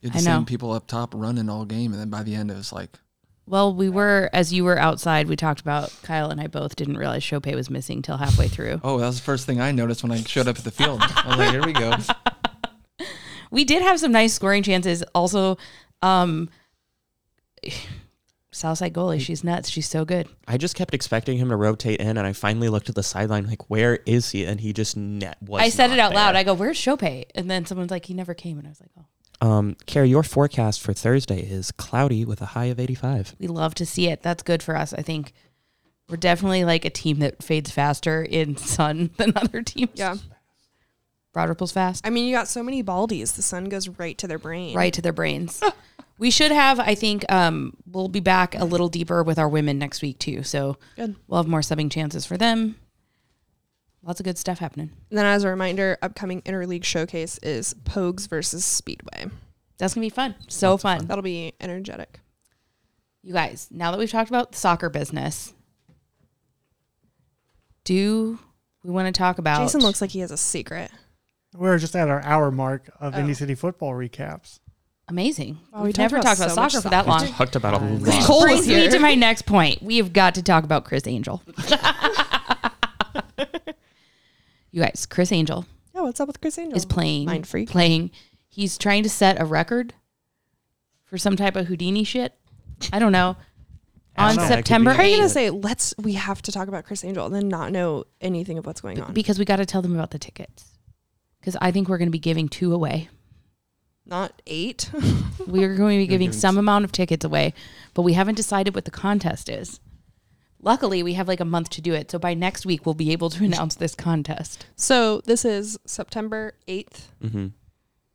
Speaker 3: You had the
Speaker 9: I know.
Speaker 3: same people up top running all game, and then by the end it was like
Speaker 9: Well, we were as you were outside. We talked about Kyle and I both didn't realize Chopay was missing till halfway through.
Speaker 3: Oh, that was the first thing I noticed when I showed up at the field. I was like, here we go.
Speaker 9: We did have some nice scoring chances. Also, um, Southside goalie, she's nuts. She's so good.
Speaker 10: I just kept expecting him to rotate in, and I finally looked at the sideline, like, where is he? And he just net was.
Speaker 9: I said
Speaker 10: not
Speaker 9: it out
Speaker 10: there.
Speaker 9: loud. I go, "Where's Chopay?" And then someone's like, "He never came." And I was like, "Oh,
Speaker 10: Um, Carrie, your forecast for Thursday is cloudy with a high of 85.
Speaker 9: we love to see it. That's good for us." I think we're definitely like a team that fades faster in sun <laughs> than other teams.
Speaker 2: Yeah.
Speaker 9: Broad ripples fast.
Speaker 2: I mean, you got so many baldies. The sun goes right to their brain.
Speaker 9: right to their brains. <laughs> we should have, I think, um, we'll be back a little deeper with our women next week too. So
Speaker 2: Good.
Speaker 9: we'll have more subbing chances for them. Lots of good stuff happening.
Speaker 2: And then, as a reminder, upcoming interleague showcase is Pogues versus Speedway.
Speaker 9: That's gonna be fun. So fun.
Speaker 2: That'll be energetic.
Speaker 9: You guys, now that we've talked about the soccer business, do we want to talk about
Speaker 2: Jason looks like he has a secret.
Speaker 8: We're just at our hour mark
Speaker 9: Oh.
Speaker 8: of Indy City football recaps.
Speaker 9: amazing.
Speaker 2: Wow, we
Speaker 9: we've
Speaker 2: talked
Speaker 9: never
Speaker 2: about
Speaker 9: talked about
Speaker 2: so much
Speaker 9: soccer for that long. <laughs>
Speaker 10: We talked about a
Speaker 9: Which
Speaker 2: <laughs>
Speaker 10: lot.
Speaker 2: Cole
Speaker 9: brings
Speaker 2: is
Speaker 9: me
Speaker 2: here.
Speaker 9: to my next point. We have got to talk about Chris
Speaker 2: <laughs>
Speaker 9: Angel. you guys, Chris Angel
Speaker 2: Yeah, what's up with Chris Angel?
Speaker 9: is playing
Speaker 2: Mind freak.
Speaker 9: Playing. He's trying to set a record for some type of Houdini shit. I don't know. On
Speaker 10: Hashtag Houdini.
Speaker 9: September
Speaker 2: Are you gonna
Speaker 9: 8th,
Speaker 2: say let's? We have to talk about Chris Angel and then not know anything of what's going on.
Speaker 9: because we got to tell them about the tickets. Because I think we're going to be giving two away.
Speaker 2: not eight.
Speaker 9: We are going to be giving
Speaker 10: giving
Speaker 9: some amount of tickets away, but we haven't decided what the contest is. Luckily, we have like a month to do it. So by next week, we'll be able to <laughs> announce this contest.
Speaker 2: so this is September eighth.
Speaker 10: Mhm.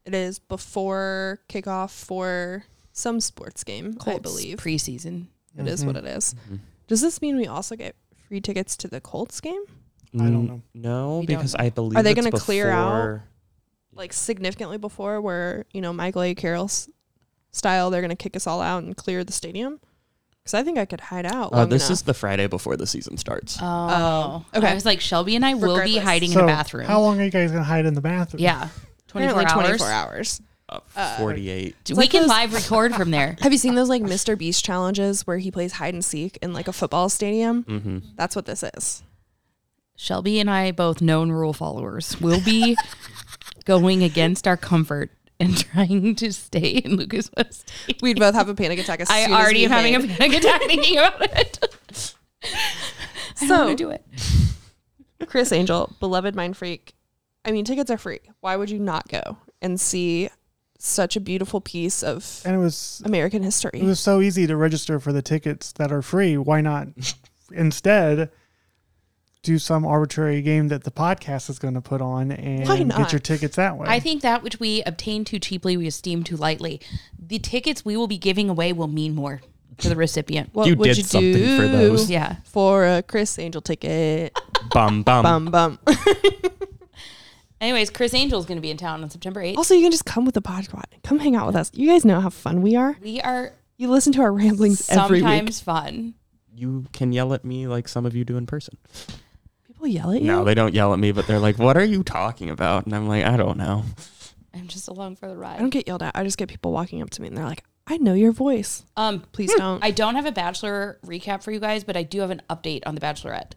Speaker 2: It is before kickoff for some sports game. I
Speaker 9: Colts Mm-hmm.
Speaker 2: believe
Speaker 9: preseason.
Speaker 2: It
Speaker 8: Mm-hmm.
Speaker 2: is what it is.
Speaker 10: Mm-hmm.
Speaker 2: Does this mean we also get free tickets to the Colts game?
Speaker 10: Mm-hmm.
Speaker 8: I don't know.
Speaker 10: No,
Speaker 9: We don't
Speaker 10: because
Speaker 9: know.
Speaker 10: I believe
Speaker 2: Are they
Speaker 10: it's
Speaker 2: gonna clear out?
Speaker 10: before-
Speaker 2: Like significantly before where you know Michael A. Carroll's style, they're gonna kick us all out and clear the stadium. Because I think I could hide out.
Speaker 10: Uh, this is the Friday before the season
Speaker 2: Uh,
Speaker 10: starts.
Speaker 9: Oh,
Speaker 2: okay.
Speaker 9: okay. I was like, Shelby and I will be
Speaker 2: Regardless.
Speaker 9: hiding
Speaker 8: So
Speaker 9: in a bathroom.
Speaker 8: how long are you guys gonna hide in the bathroom?
Speaker 9: Yeah, twenty four
Speaker 2: twenty-four,
Speaker 9: hours.
Speaker 2: hours.
Speaker 10: Uh, 48.
Speaker 9: We
Speaker 2: like
Speaker 9: can
Speaker 2: those-
Speaker 9: live record from there.
Speaker 2: Have you seen those like Mr. Beast challenges where he plays hide and seek in like a football stadium?
Speaker 10: Mm-hmm.
Speaker 2: That's what this is.
Speaker 9: <laughs> Shelby and I, both known rule followers, will be going against our comfort and <laughs> trying to stay in Lucas West.
Speaker 2: We'd both have a panic attack. As
Speaker 9: I
Speaker 2: soon as
Speaker 9: already
Speaker 2: we
Speaker 9: am having a
Speaker 2: hit.
Speaker 9: panic attack thinking about it. <laughs> I don't want
Speaker 2: So-
Speaker 9: to do it.
Speaker 2: Chris Angel, beloved mind freak. I mean, tickets are free. Why would you not go and see such a beautiful piece of
Speaker 8: And it was
Speaker 2: American history?
Speaker 8: it was so easy to register for the tickets that are free.
Speaker 9: <laughs>
Speaker 8: Why not instead do some arbitrary game that the podcast is going to put on
Speaker 2: Why
Speaker 8: and
Speaker 2: not?
Speaker 8: get your tickets that way?
Speaker 9: I think that which we obtain too cheaply, we esteem too lightly. The tickets we will be giving away will mean more to the recipient.
Speaker 2: what
Speaker 10: You
Speaker 2: would
Speaker 10: did
Speaker 2: you
Speaker 10: something
Speaker 2: do
Speaker 10: for those.
Speaker 9: Yeah.
Speaker 2: for a Chris Angel ticket?
Speaker 10: Bum, bum.
Speaker 2: bum bum. <laughs>
Speaker 9: Anyways, Chris Angel's going to be in town on September 8th.
Speaker 2: also, you can just come with the pod squad. Come hang out with us. You guys know how fun we are.
Speaker 9: we are
Speaker 2: You listen to our ramblings every week.
Speaker 9: sometimes fun.
Speaker 10: You can yell at me like some of you do in person.
Speaker 2: People yell at you.
Speaker 10: No, they don't yell at me, but they're like, what are you talking about? And I'm like, I don't know.
Speaker 9: I'm just along for the
Speaker 2: I don't
Speaker 9: ride.
Speaker 2: get yelled at. I just get people walking up to me and they're like, I know your voice.
Speaker 9: Um,
Speaker 2: Please don't.
Speaker 9: I don't have a Bachelor recap for you guys, but I do have an update on The Bachelorette.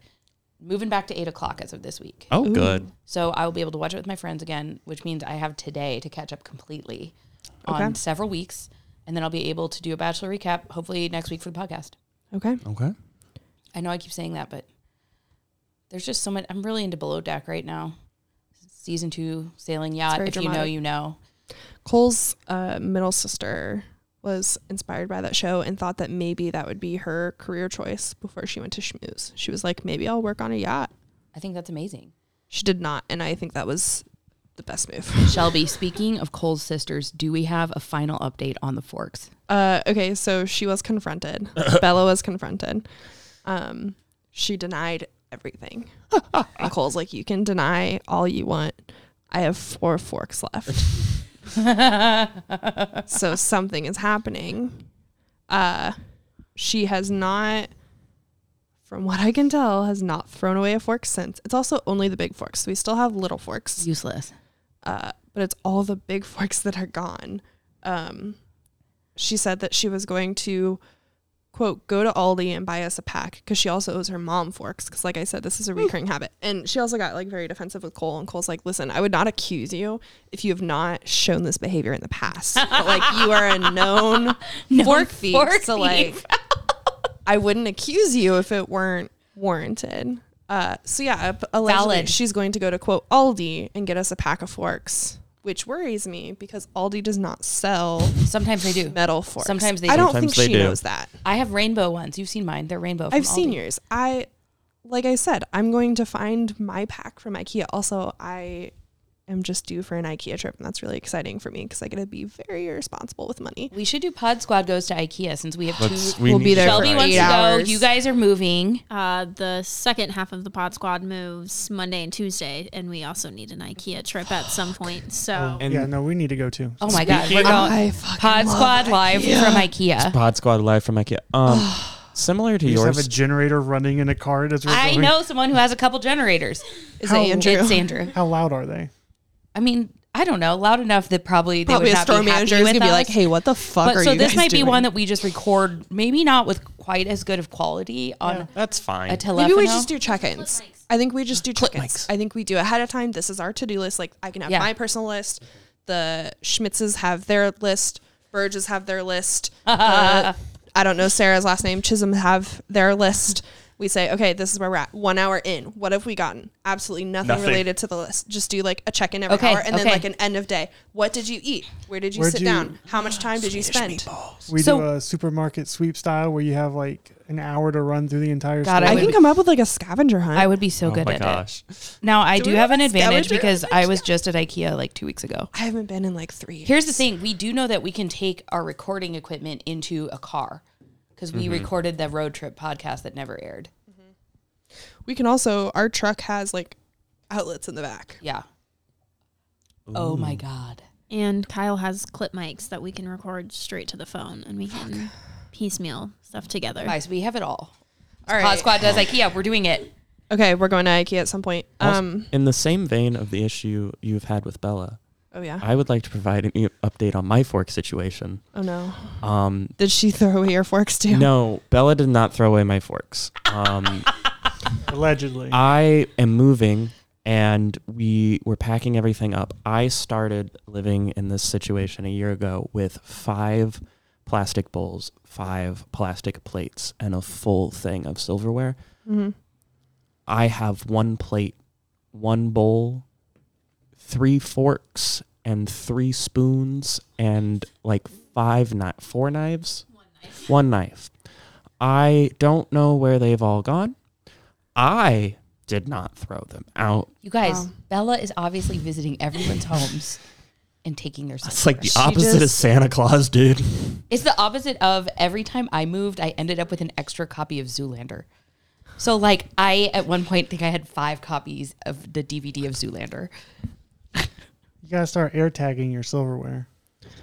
Speaker 9: moving back to eight o'clock as of this week.
Speaker 10: Oh, Ooh. good.
Speaker 9: So I will be able to watch it with my friends again, which means I have today to catch up completely on
Speaker 10: Okay.
Speaker 9: several weeks, and then I'll be able to do a bachelor recap hopefully next week for the podcast.
Speaker 2: Okay.
Speaker 10: Okay.
Speaker 9: I know I keep saying that, but there's just so much. I'm really into Below Deck right now. Season two, Sailing Yacht.
Speaker 2: very
Speaker 9: If you know,
Speaker 2: dramatic.
Speaker 9: you know.
Speaker 2: Cole's uh, middle sister was inspired by that show and thought that maybe that would be her career choice before she went to Schmooze. She was like, maybe I'll work on a yacht.
Speaker 9: I think that's amazing.
Speaker 2: She did not, and I think that was the best move.
Speaker 9: Shelby, speaking of Cole's sisters, do we have a final update on the Forks?
Speaker 2: Uh, okay, so she was confronted. Bella was confronted. Um, she denied everything. and Cole's like, you can deny all you want. I have four forks left. so something is happening. Uh, she has not, from what I can tell, has not thrown away a fork since. It's also only the big forks. we still have little forks.
Speaker 9: Useless.
Speaker 2: Uh, but it's all the big <laughs> forks that are gone. Um, she said that she was going to quote go to aldi and buy us a pack because she also owes her mom forks because like i said this is a recurring habit and she also got like very defensive with cole and cole's like listen i would not accuse you if you have not shown this behavior in the past but like you are a known, <laughs> fork thief
Speaker 9: fork
Speaker 2: so
Speaker 9: thief.
Speaker 2: like <laughs> i wouldn't accuse you if it weren't warranted uh so yeah ap- allegedly
Speaker 9: Valid.
Speaker 2: she's going to go to quote aldi and get us a pack of forks which worries me because aldi does not sell
Speaker 9: <laughs> sometimes they do
Speaker 2: metal forks
Speaker 9: Sometimes they
Speaker 2: i don't
Speaker 9: do.
Speaker 2: think she knows that
Speaker 9: I have rainbow ones. You've seen mine. They're rainbow. From
Speaker 2: I've seen
Speaker 9: Aldi.
Speaker 2: yours. I, like I said, I'm going to find my pack from IKEA. Also, I am just due for an IKEA trip, and that's really exciting for me because I get to be very responsible with money.
Speaker 9: We should do Pod Squad goes to IKEA since we have
Speaker 2: Let's-
Speaker 9: two.
Speaker 2: we We'll be need there to
Speaker 9: Shelby
Speaker 2: for
Speaker 9: wants
Speaker 2: eight
Speaker 9: to go.
Speaker 2: hours.
Speaker 9: You guys are moving.
Speaker 13: Uh, the second half of the pod squad moves Monday and Tuesday, and we also need an IKEA trip at some point.
Speaker 10: Oh.
Speaker 13: So
Speaker 8: yeah, no, we need to go too.
Speaker 9: Oh my god, we're going Pod Squad live from IKEA.
Speaker 10: Pod Squad live from IKEA.
Speaker 2: <sighs>
Speaker 10: Um, similar to
Speaker 8: You just
Speaker 10: yours,
Speaker 8: have a generator running in a car as we're
Speaker 9: I
Speaker 8: going.
Speaker 9: know someone who has a couple generators.
Speaker 2: Is it Andrew?
Speaker 9: It's Andrew.
Speaker 8: How loud are they?
Speaker 9: I mean, I don't know, loud enough that probably they
Speaker 2: Probably
Speaker 9: would
Speaker 2: a
Speaker 9: not
Speaker 2: store
Speaker 9: be happy
Speaker 2: manager is
Speaker 9: with
Speaker 2: gonna be
Speaker 9: us.
Speaker 2: like, "Hey, what the fuck
Speaker 9: But-
Speaker 2: are
Speaker 9: so
Speaker 2: you
Speaker 9: this
Speaker 2: guys
Speaker 9: might be
Speaker 2: doing?"
Speaker 9: one that we just record, maybe not with quite as good of quality on.
Speaker 10: That's fine.
Speaker 9: A telephone.
Speaker 2: Maybe we just do check-ins. I think we just do check-ins. I think we do ahead of time. This is our to-do list. Like I can have
Speaker 9: Yeah.
Speaker 2: my personal list. The Schmitzes have their list. Burges have their
Speaker 9: <laughs>
Speaker 2: list. Uh, I don't know Sarah's last name. Chisholm have their list. We say, okay, this is where we're at. One hour in. What have we gotten? Absolutely nothing,
Speaker 9: Nothing.
Speaker 2: related to the list. Just do like a check-in every
Speaker 9: Okay,
Speaker 2: hour, and then
Speaker 9: okay.
Speaker 2: like an end of day. What did you eat? Where did you
Speaker 8: Where'd
Speaker 2: sit
Speaker 8: you-
Speaker 2: down? How much time did you spend?
Speaker 8: We do a supermarket sweep style where you have like an hour to run through the entire.
Speaker 9: God,
Speaker 8: store.
Speaker 9: I would be-
Speaker 2: come up with like a scavenger hunt.
Speaker 9: I would be so
Speaker 8: Oh
Speaker 9: good
Speaker 8: my
Speaker 9: at
Speaker 10: gosh.
Speaker 9: it. Now I
Speaker 2: Do
Speaker 9: do,
Speaker 2: we
Speaker 9: have an
Speaker 2: have
Speaker 9: advantage
Speaker 2: scavenger
Speaker 9: because I was just at IKEA like two weeks ago.
Speaker 2: I haven't been in like three. Years.
Speaker 9: Here's the thing: we do know that we can take our recording equipment into a car because we
Speaker 10: Mm-hmm.
Speaker 2: Mhm.
Speaker 9: recorded the road trip podcast that never aired.
Speaker 2: We can also our truck has like outlets in the back.
Speaker 9: Yeah. Oh my god.
Speaker 13: And Kyle has clip mics that we can record straight to the phone, and we can piecemeal stuff together.
Speaker 9: Guys, we have it all.
Speaker 2: All right.
Speaker 9: Pod Squad does IKEA. We're doing it.
Speaker 2: Okay, we're going to IKEA at some point.
Speaker 10: Also,
Speaker 2: Um
Speaker 10: in the same vein of the issue you've had with Bella.
Speaker 2: Oh, yeah.
Speaker 10: I would like to provide an e- update on my fork situation.
Speaker 2: Oh, no.
Speaker 10: Um,
Speaker 2: did she throw away her forks too?
Speaker 10: No, Bella did not throw away my forks. Um,
Speaker 8: Allegedly.
Speaker 10: I am moving and we were packing everything up. I started living in this situation a year ago with five plastic bowls, five plastic plates, and a full thing of silverware.
Speaker 2: Mhm.
Speaker 10: I have one plate, one bowl, three forks, and three spoons, and like five knife, four knives, one knife. I don't know where they've all gone. I did not throw them out.
Speaker 9: You guys, Bella is obviously visiting
Speaker 10: <laughs>
Speaker 9: everyone's homes and taking their.
Speaker 10: It's like the
Speaker 9: silverware.
Speaker 10: opposite of Santa
Speaker 2: <laughs>
Speaker 10: Claus, dude.
Speaker 9: It's the opposite of every time I moved, I ended up with an extra copy of Zoolander. So like I at one point think I had five copies of the DVD of Zoolander. <laughs>
Speaker 8: You gotta start air tagging your silverware.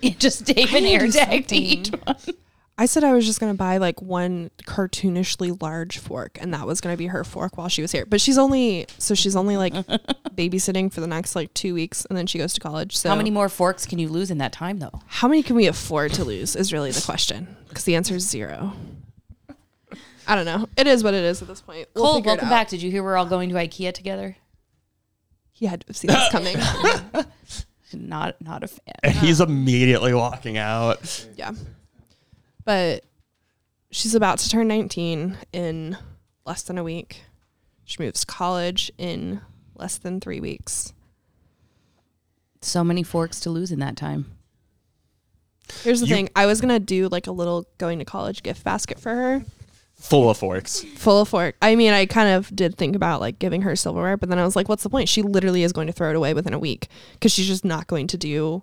Speaker 9: It just Dave and
Speaker 2: I need to
Speaker 9: air
Speaker 2: do
Speaker 9: tag to <laughs> each one.
Speaker 2: I said I was just going to buy like one cartoonishly large fork and that was going to be her fork while she was here. But she's only so she's only
Speaker 10: <laughs>
Speaker 2: like babysitting for the next like 2 weeks and then she goes to college. So
Speaker 9: How many more forks can you lose in that time though?
Speaker 2: How many can we afford to lose is really the question because the answer is zero. I don't know. It is what it is at this point. We'll
Speaker 9: Cole,
Speaker 2: figure it
Speaker 9: welcome
Speaker 2: out.
Speaker 9: back. Did you hear we're all going to IKEA together?
Speaker 2: He had to have seen this coming.
Speaker 10: <laughs>
Speaker 9: not not a fan.
Speaker 14: He's immediately walking out.
Speaker 2: Yeah. But she's about to turn 19 in less than a week. She moves college in less than three weeks.
Speaker 9: So many forks to lose in that time.
Speaker 2: Here's the
Speaker 14: You-
Speaker 2: thing I was going to do like a little going to college gift basket for her.
Speaker 14: Full of forks.
Speaker 2: Full of fork. I mean, I kind of did think about like giving her silverware, but then I was like, what's the point? She literally is going to throw it away within a week because she's just not going to do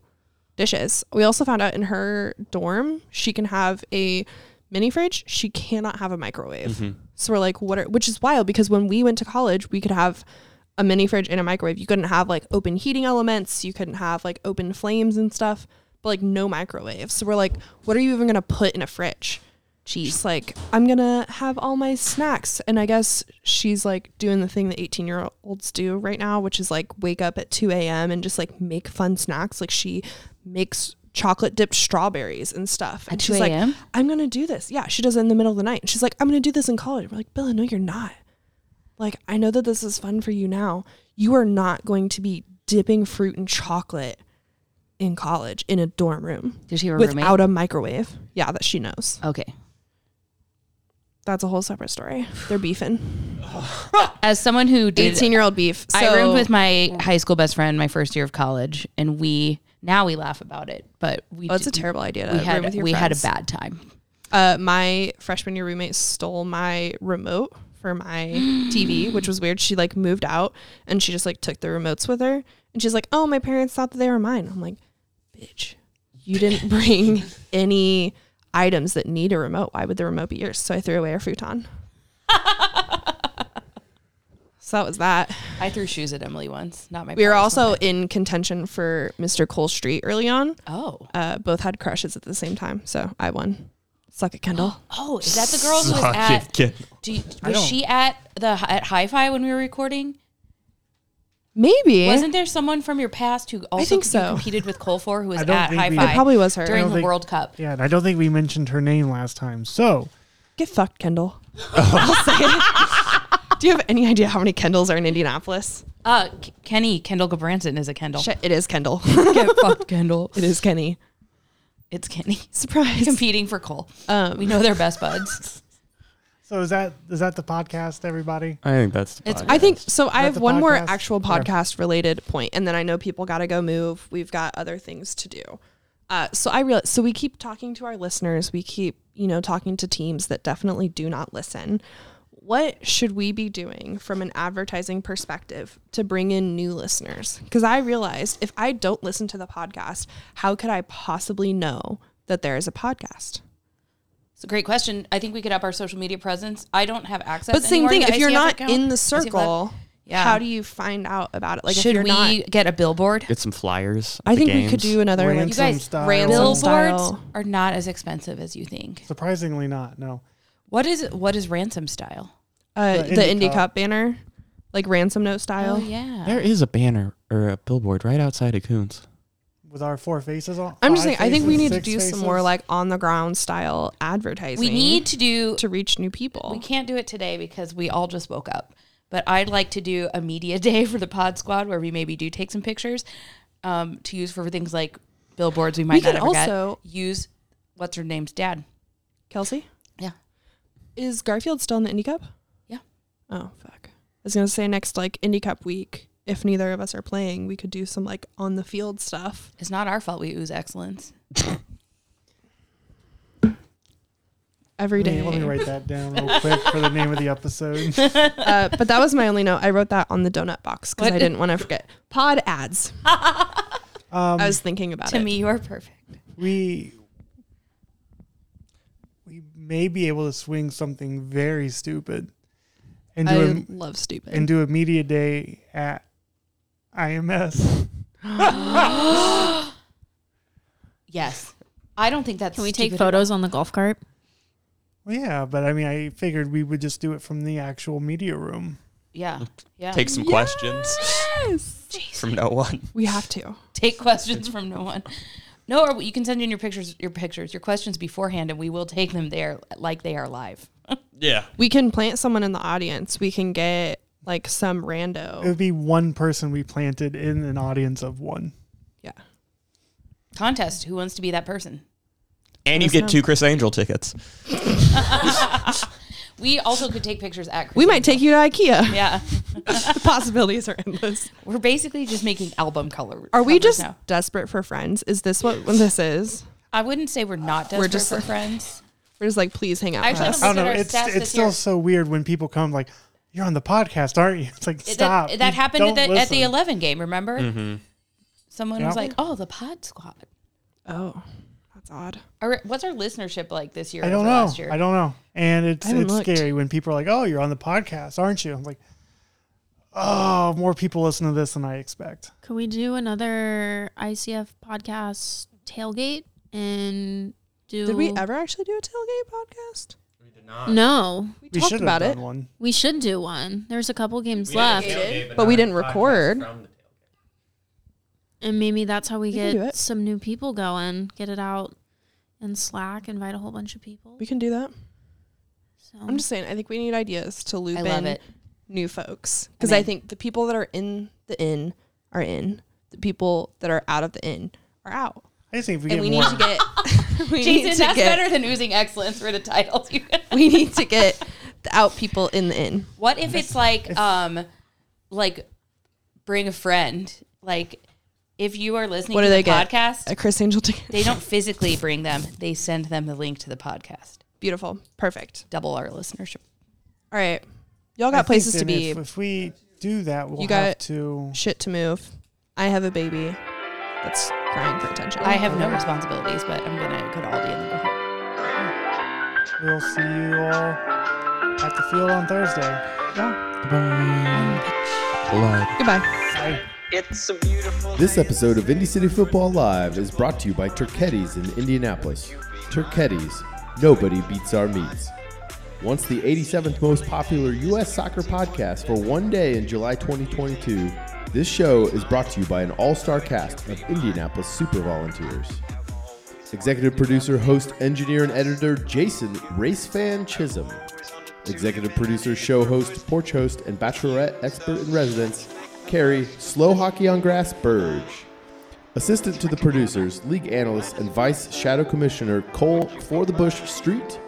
Speaker 2: dishes. We also found out in her dorm, she can have a mini fridge. She cannot have a microwave.
Speaker 14: Mhm.
Speaker 2: So we're like, what are, which is wild because when we went to college, we could have a mini fridge and a microwave. You couldn't have like open heating elements, you couldn't have like open flames and stuff, but like no microwave. So we're like, what are you even going to put in a fridge? She's like, I'm going to have all my snacks. And I guess she's like doing the thing that 18 year olds do right now, which is like wake up at 2 a.m. and just like make fun snacks. Like she makes chocolate dipped strawberries and stuff. And
Speaker 9: At
Speaker 2: she's
Speaker 9: 2
Speaker 2: like,
Speaker 9: a.m.?
Speaker 2: I'm going to do this. Yeah, she does it in the middle of the night. And she's like, I'm going to do this in college. We're like, Bella, no, you're not. Like, I know that this is fun for you now. You are not going to be dipping fruit in chocolate in college in a dorm room.
Speaker 9: Does she have a roommate?
Speaker 2: Without a microwave. Yeah, that she knows.
Speaker 9: Okay.
Speaker 2: That's a whole separate story. They're beefing.
Speaker 9: As someone who did
Speaker 2: 18-year-old beef.
Speaker 9: I
Speaker 2: So-
Speaker 9: roomed with my high school best friend my first year of college, and we now we laugh about it, but we
Speaker 2: Oh, it's a
Speaker 9: did-
Speaker 2: terrible idea to
Speaker 9: we
Speaker 2: room
Speaker 9: had
Speaker 2: with your
Speaker 9: we
Speaker 2: friends.
Speaker 9: had a bad time.
Speaker 2: Uh, my freshman year roommate stole my remote
Speaker 9: <gasps>
Speaker 2: for my TV, which was weird. She like moved out and she just like took the remotes with her. And she's like, "Oh, my parents thought that they were mine." I'm like, "Bitch,
Speaker 9: <laughs>
Speaker 2: you didn't bring any items that need a remote. Why would the remote be yours?" So I threw away
Speaker 9: <laughs>
Speaker 2: her futon. so that was that.
Speaker 9: I threw shoes at Emily once, not my.
Speaker 2: we were
Speaker 9: brother's
Speaker 2: also
Speaker 9: one.
Speaker 2: in contention for Mr. Cole Street early on.
Speaker 9: Oh.
Speaker 2: Uh, both had crushes at the same time, so I won. Suck it, Kendall.
Speaker 9: Oh, is that the girl who was
Speaker 2: Suck
Speaker 9: at?
Speaker 10: <laughs>
Speaker 2: it, kid.
Speaker 9: Do you,
Speaker 2: I
Speaker 9: was
Speaker 2: don't-
Speaker 9: she at the at Hi-Fi when we were recording?
Speaker 2: <gasps> Maybe.
Speaker 9: Wasn't there someone from your past who also
Speaker 2: Eh? think
Speaker 9: you
Speaker 2: so.
Speaker 9: competed with Cole for who was
Speaker 8: I don't
Speaker 9: at
Speaker 8: think
Speaker 9: Hi
Speaker 8: we-
Speaker 9: Fi?
Speaker 8: It probably was
Speaker 2: her. I
Speaker 9: during
Speaker 2: don't
Speaker 9: the
Speaker 2: think-
Speaker 9: World Cup.
Speaker 8: Yeah, and I don't think we mentioned her name last time. So
Speaker 2: Get fucked, <laughs> Kendall. I'll say it. Do you have any idea how many Kendalls are in Indianapolis?
Speaker 9: Uh, K- Kenny Kendall Gabranson is a Kendall.
Speaker 2: Shit, it is Kendall.
Speaker 9: <laughs>
Speaker 2: <laughs>
Speaker 9: Get fucked, Kendall.
Speaker 2: It is Kenny.
Speaker 9: It's Kenny.
Speaker 2: Surprise.
Speaker 9: Competing for Cole.
Speaker 2: Um.
Speaker 9: we know they're best buds.
Speaker 8: So is that is that the podcast, everybody?
Speaker 10: I think that's the
Speaker 2: I think so. I
Speaker 8: Is that
Speaker 2: have
Speaker 8: the
Speaker 2: one more
Speaker 8: podcast?
Speaker 2: actual
Speaker 8: Sure.
Speaker 2: podcast related point, and then I know people got to go move. We've got other things to do. Uh, so I realize. So we keep talking to our listeners. We keep you know talking to teams that definitely do not listen. What should we be doing from an advertising perspective to bring in new listeners? Because I realized if I don't listen to the podcast, how could I possibly know that there is a podcast?
Speaker 9: It's a great question. I think we could up our social media presence. I don't have access.
Speaker 2: But same
Speaker 9: anymore
Speaker 2: thing.
Speaker 9: to the
Speaker 2: If you're
Speaker 9: ICF
Speaker 2: not
Speaker 9: account.
Speaker 2: in the
Speaker 9: ICF Live.
Speaker 2: circle,
Speaker 9: Yeah.
Speaker 2: how do you find out about it? Like, if
Speaker 9: should
Speaker 2: you're
Speaker 9: we
Speaker 2: not-
Speaker 9: get a billboard?
Speaker 10: Get some flyers.
Speaker 2: I
Speaker 10: at the
Speaker 2: think we could
Speaker 10: games.
Speaker 2: do another
Speaker 9: You guys, billboards
Speaker 2: style.
Speaker 9: are not as expensive as you think.
Speaker 8: Surprisingly, not. No.
Speaker 9: What is what is ransom style?
Speaker 2: Uh,
Speaker 9: The
Speaker 2: the,
Speaker 9: Indie
Speaker 2: Indie
Speaker 9: Cup.
Speaker 2: Cup. banner, like ransom note style.
Speaker 9: Oh yeah.
Speaker 10: There is a banner or a billboard right outside of Coons.
Speaker 8: With our four faces on.
Speaker 2: I'm just
Speaker 8: five
Speaker 2: saying. I think we
Speaker 8: faces,
Speaker 2: need to
Speaker 8: six
Speaker 2: do
Speaker 8: faces?
Speaker 2: some more like on the ground style advertising.
Speaker 9: We need to do
Speaker 2: to reach new people.
Speaker 9: We can't do it today because we all just woke up. But I'd like to do a media <laughs> day for the Pod Squad where we maybe do take some pictures um, to use for things like billboards. We might
Speaker 2: could
Speaker 9: not ever get.
Speaker 2: also-
Speaker 9: use what's her name's dad.
Speaker 2: Kelsey.
Speaker 9: Yeah.
Speaker 2: Is Garfield still in the Indie Cup?
Speaker 9: Yeah.
Speaker 2: Oh fuck! I was gonna say next like Indie Cup week. If neither of us are playing, we could do some like on the field stuff.
Speaker 9: It's not our fault we ooze excellence.
Speaker 2: every
Speaker 8: Let me-
Speaker 2: day.
Speaker 8: Let me write that down real quick for the name of the episode.
Speaker 2: uh, but that was my only note. I wrote that on the donut box because
Speaker 9: What?
Speaker 2: I didn't want to forget. Pod ads.
Speaker 8: Um,
Speaker 2: <laughs> I was thinking about
Speaker 9: to
Speaker 2: it.
Speaker 9: me, you are perfect.
Speaker 8: we we may be able to swing something very stupid and do
Speaker 2: I love stupid.
Speaker 8: and do a media day at IMS.
Speaker 9: <gasps> Yes. I don't think that's.
Speaker 13: Can we take
Speaker 9: stupid at
Speaker 13: photos on the golf cart?
Speaker 8: Well, yeah, but I mean, I figured we would just do it from the actual media room.
Speaker 9: Yeah. Yeah.
Speaker 14: Take some questions from no one.
Speaker 2: We have to.
Speaker 9: Take questions from no one. No, or you can send in your pictures, your pictures, your questions beforehand, and we will take them there like they are live.
Speaker 14: Yeah.
Speaker 2: We can plant someone in the audience. We can get like some rando.
Speaker 9: Oh.
Speaker 8: It would be one person we planted in an audience of one.
Speaker 9: Contest. Who wants to be that person? <laughs>
Speaker 14: And you
Speaker 9: Let's
Speaker 14: get
Speaker 9: not-
Speaker 14: two Chris Angel tickets.
Speaker 9: we also could take pictures at.
Speaker 2: We might take you to IKEA. <laughs>
Speaker 9: Yeah.
Speaker 2: the possibilities are endless.
Speaker 9: We're basically just making album color.
Speaker 2: Are we
Speaker 9: covers
Speaker 2: just
Speaker 9: now.
Speaker 2: desperate for friends? Is this what this is?
Speaker 9: I wouldn't say we're not desperate
Speaker 2: We're just
Speaker 9: for
Speaker 2: like-
Speaker 9: friends.
Speaker 2: We're just like, please hang out.
Speaker 9: I
Speaker 2: with
Speaker 9: actually
Speaker 2: us.
Speaker 9: haven't
Speaker 8: I don't know.
Speaker 9: Our
Speaker 8: It's
Speaker 9: stats
Speaker 8: it's
Speaker 9: this
Speaker 8: still
Speaker 9: year-
Speaker 8: so weird when people come like, "You're on the podcast, aren't you?" <laughs> It's like
Speaker 9: It-
Speaker 8: stop.
Speaker 9: That, that
Speaker 8: You
Speaker 9: happened at
Speaker 8: don't
Speaker 9: the, at the
Speaker 8: listen.
Speaker 9: eleven game. Remember? Someone was
Speaker 8: Yeah.
Speaker 9: like, "Oh, the Pod Squad."
Speaker 2: Oh, that's odd.
Speaker 9: Our, what's our listenership like this year?
Speaker 8: I don't
Speaker 9: over
Speaker 8: know.
Speaker 9: Last year?
Speaker 8: I don't know. And it's
Speaker 2: I haven't
Speaker 8: it's
Speaker 2: looked.
Speaker 8: scary when people are like, "Oh, you're on the podcast, aren't you?" I'm like, "Oh, more people listen to this than I expect."
Speaker 13: Could we do another ICF podcast tailgate and do?
Speaker 2: Did we ever actually do a tailgate podcast? We did
Speaker 14: not.
Speaker 13: No.
Speaker 2: We, talked about it,
Speaker 8: one.
Speaker 13: We should do one. There's a couple games
Speaker 2: We did a
Speaker 13: left,
Speaker 2: tailgate, but But we not a didn't podcast record. from
Speaker 13: and maybe that's how we,
Speaker 2: We can do
Speaker 13: get
Speaker 2: it.
Speaker 13: some new people going. Get it out in Slack. Invite a whole bunch of people.
Speaker 2: We can do that.
Speaker 13: So
Speaker 2: I'm just saying. I think we need ideas to loop
Speaker 9: I love
Speaker 2: in
Speaker 9: it.
Speaker 2: new folks because
Speaker 9: I'm
Speaker 2: I
Speaker 9: in.
Speaker 2: think the people that are in the inn are in. The people that are out of the inn are out.
Speaker 8: I just think if we
Speaker 2: and
Speaker 8: get
Speaker 2: we
Speaker 8: more,
Speaker 2: need to get. <laughs> we need
Speaker 9: Jason,
Speaker 2: to
Speaker 9: that's
Speaker 2: get-
Speaker 9: better than oozing excellence for the title. <laughs>
Speaker 2: We need <laughs> to get the out people in the inn.
Speaker 9: What if it's like um like bring a friend? Like if you are listening
Speaker 2: What
Speaker 9: to
Speaker 2: do they
Speaker 9: the
Speaker 2: get?
Speaker 9: podcast,
Speaker 2: A Chris Angel ticket.
Speaker 9: they don't physically bring them. They send them the link to the podcast.
Speaker 2: Beautiful. Perfect.
Speaker 9: Double our listenership.
Speaker 2: All right. Y'all got
Speaker 8: I think
Speaker 2: places to
Speaker 8: then
Speaker 2: be.
Speaker 8: If, if we do that, we'll
Speaker 2: you
Speaker 8: have
Speaker 2: got
Speaker 8: to.
Speaker 2: shit to move. I have a baby that's crying for attention.
Speaker 9: I have no responsibilities, but I'm gonna go to Aldi and then go home.
Speaker 8: We'll see you all at the field on Thursday. Yeah.
Speaker 2: Goodbye.
Speaker 15: It's a beautiful
Speaker 6: This episode of Indy City Football Live is brought to you by Turketti's in Indianapolis. Turketti's, nobody beats our meats. Once the 87th most popular U.S. soccer podcast for one day in July 2022, this show is brought to you by an all star cast of Indianapolis Super Volunteers. Executive producer, host, engineer, and editor Jason Racefan Chisholm. Executive producer, show host, porch host, and bachelorette expert in residence, Carrie Slow Hockey on Grass Burge. Assistant to the producers, league analyst, and vice shadow commissioner Cole For the Bush Street.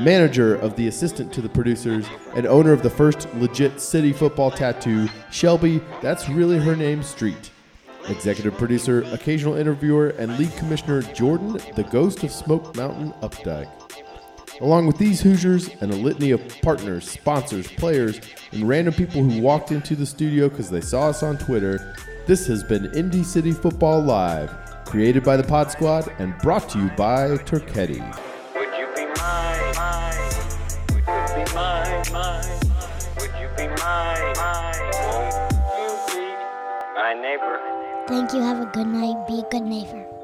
Speaker 6: Manager of the assistant to the producers and owner of the first legit city football tattoo, Shelby, that's really her name, Street. Executive producer, occasional interviewer, and league commissioner Jordan, the ghost of Smoke Mountain Updike. Along with these Hoosiers and a litany of partners, sponsors, players, and random people who walked into the studio because they saw us on Twitter, this has been Indie City Football Live, created by the Pod Squad and brought to you by Turketti.
Speaker 15: Would you be mine? mine? Would you be mine? mine? Would you be mine? mine? Won't you be my neighbor?
Speaker 16: Thank you. Have a good night. Be a good neighbor.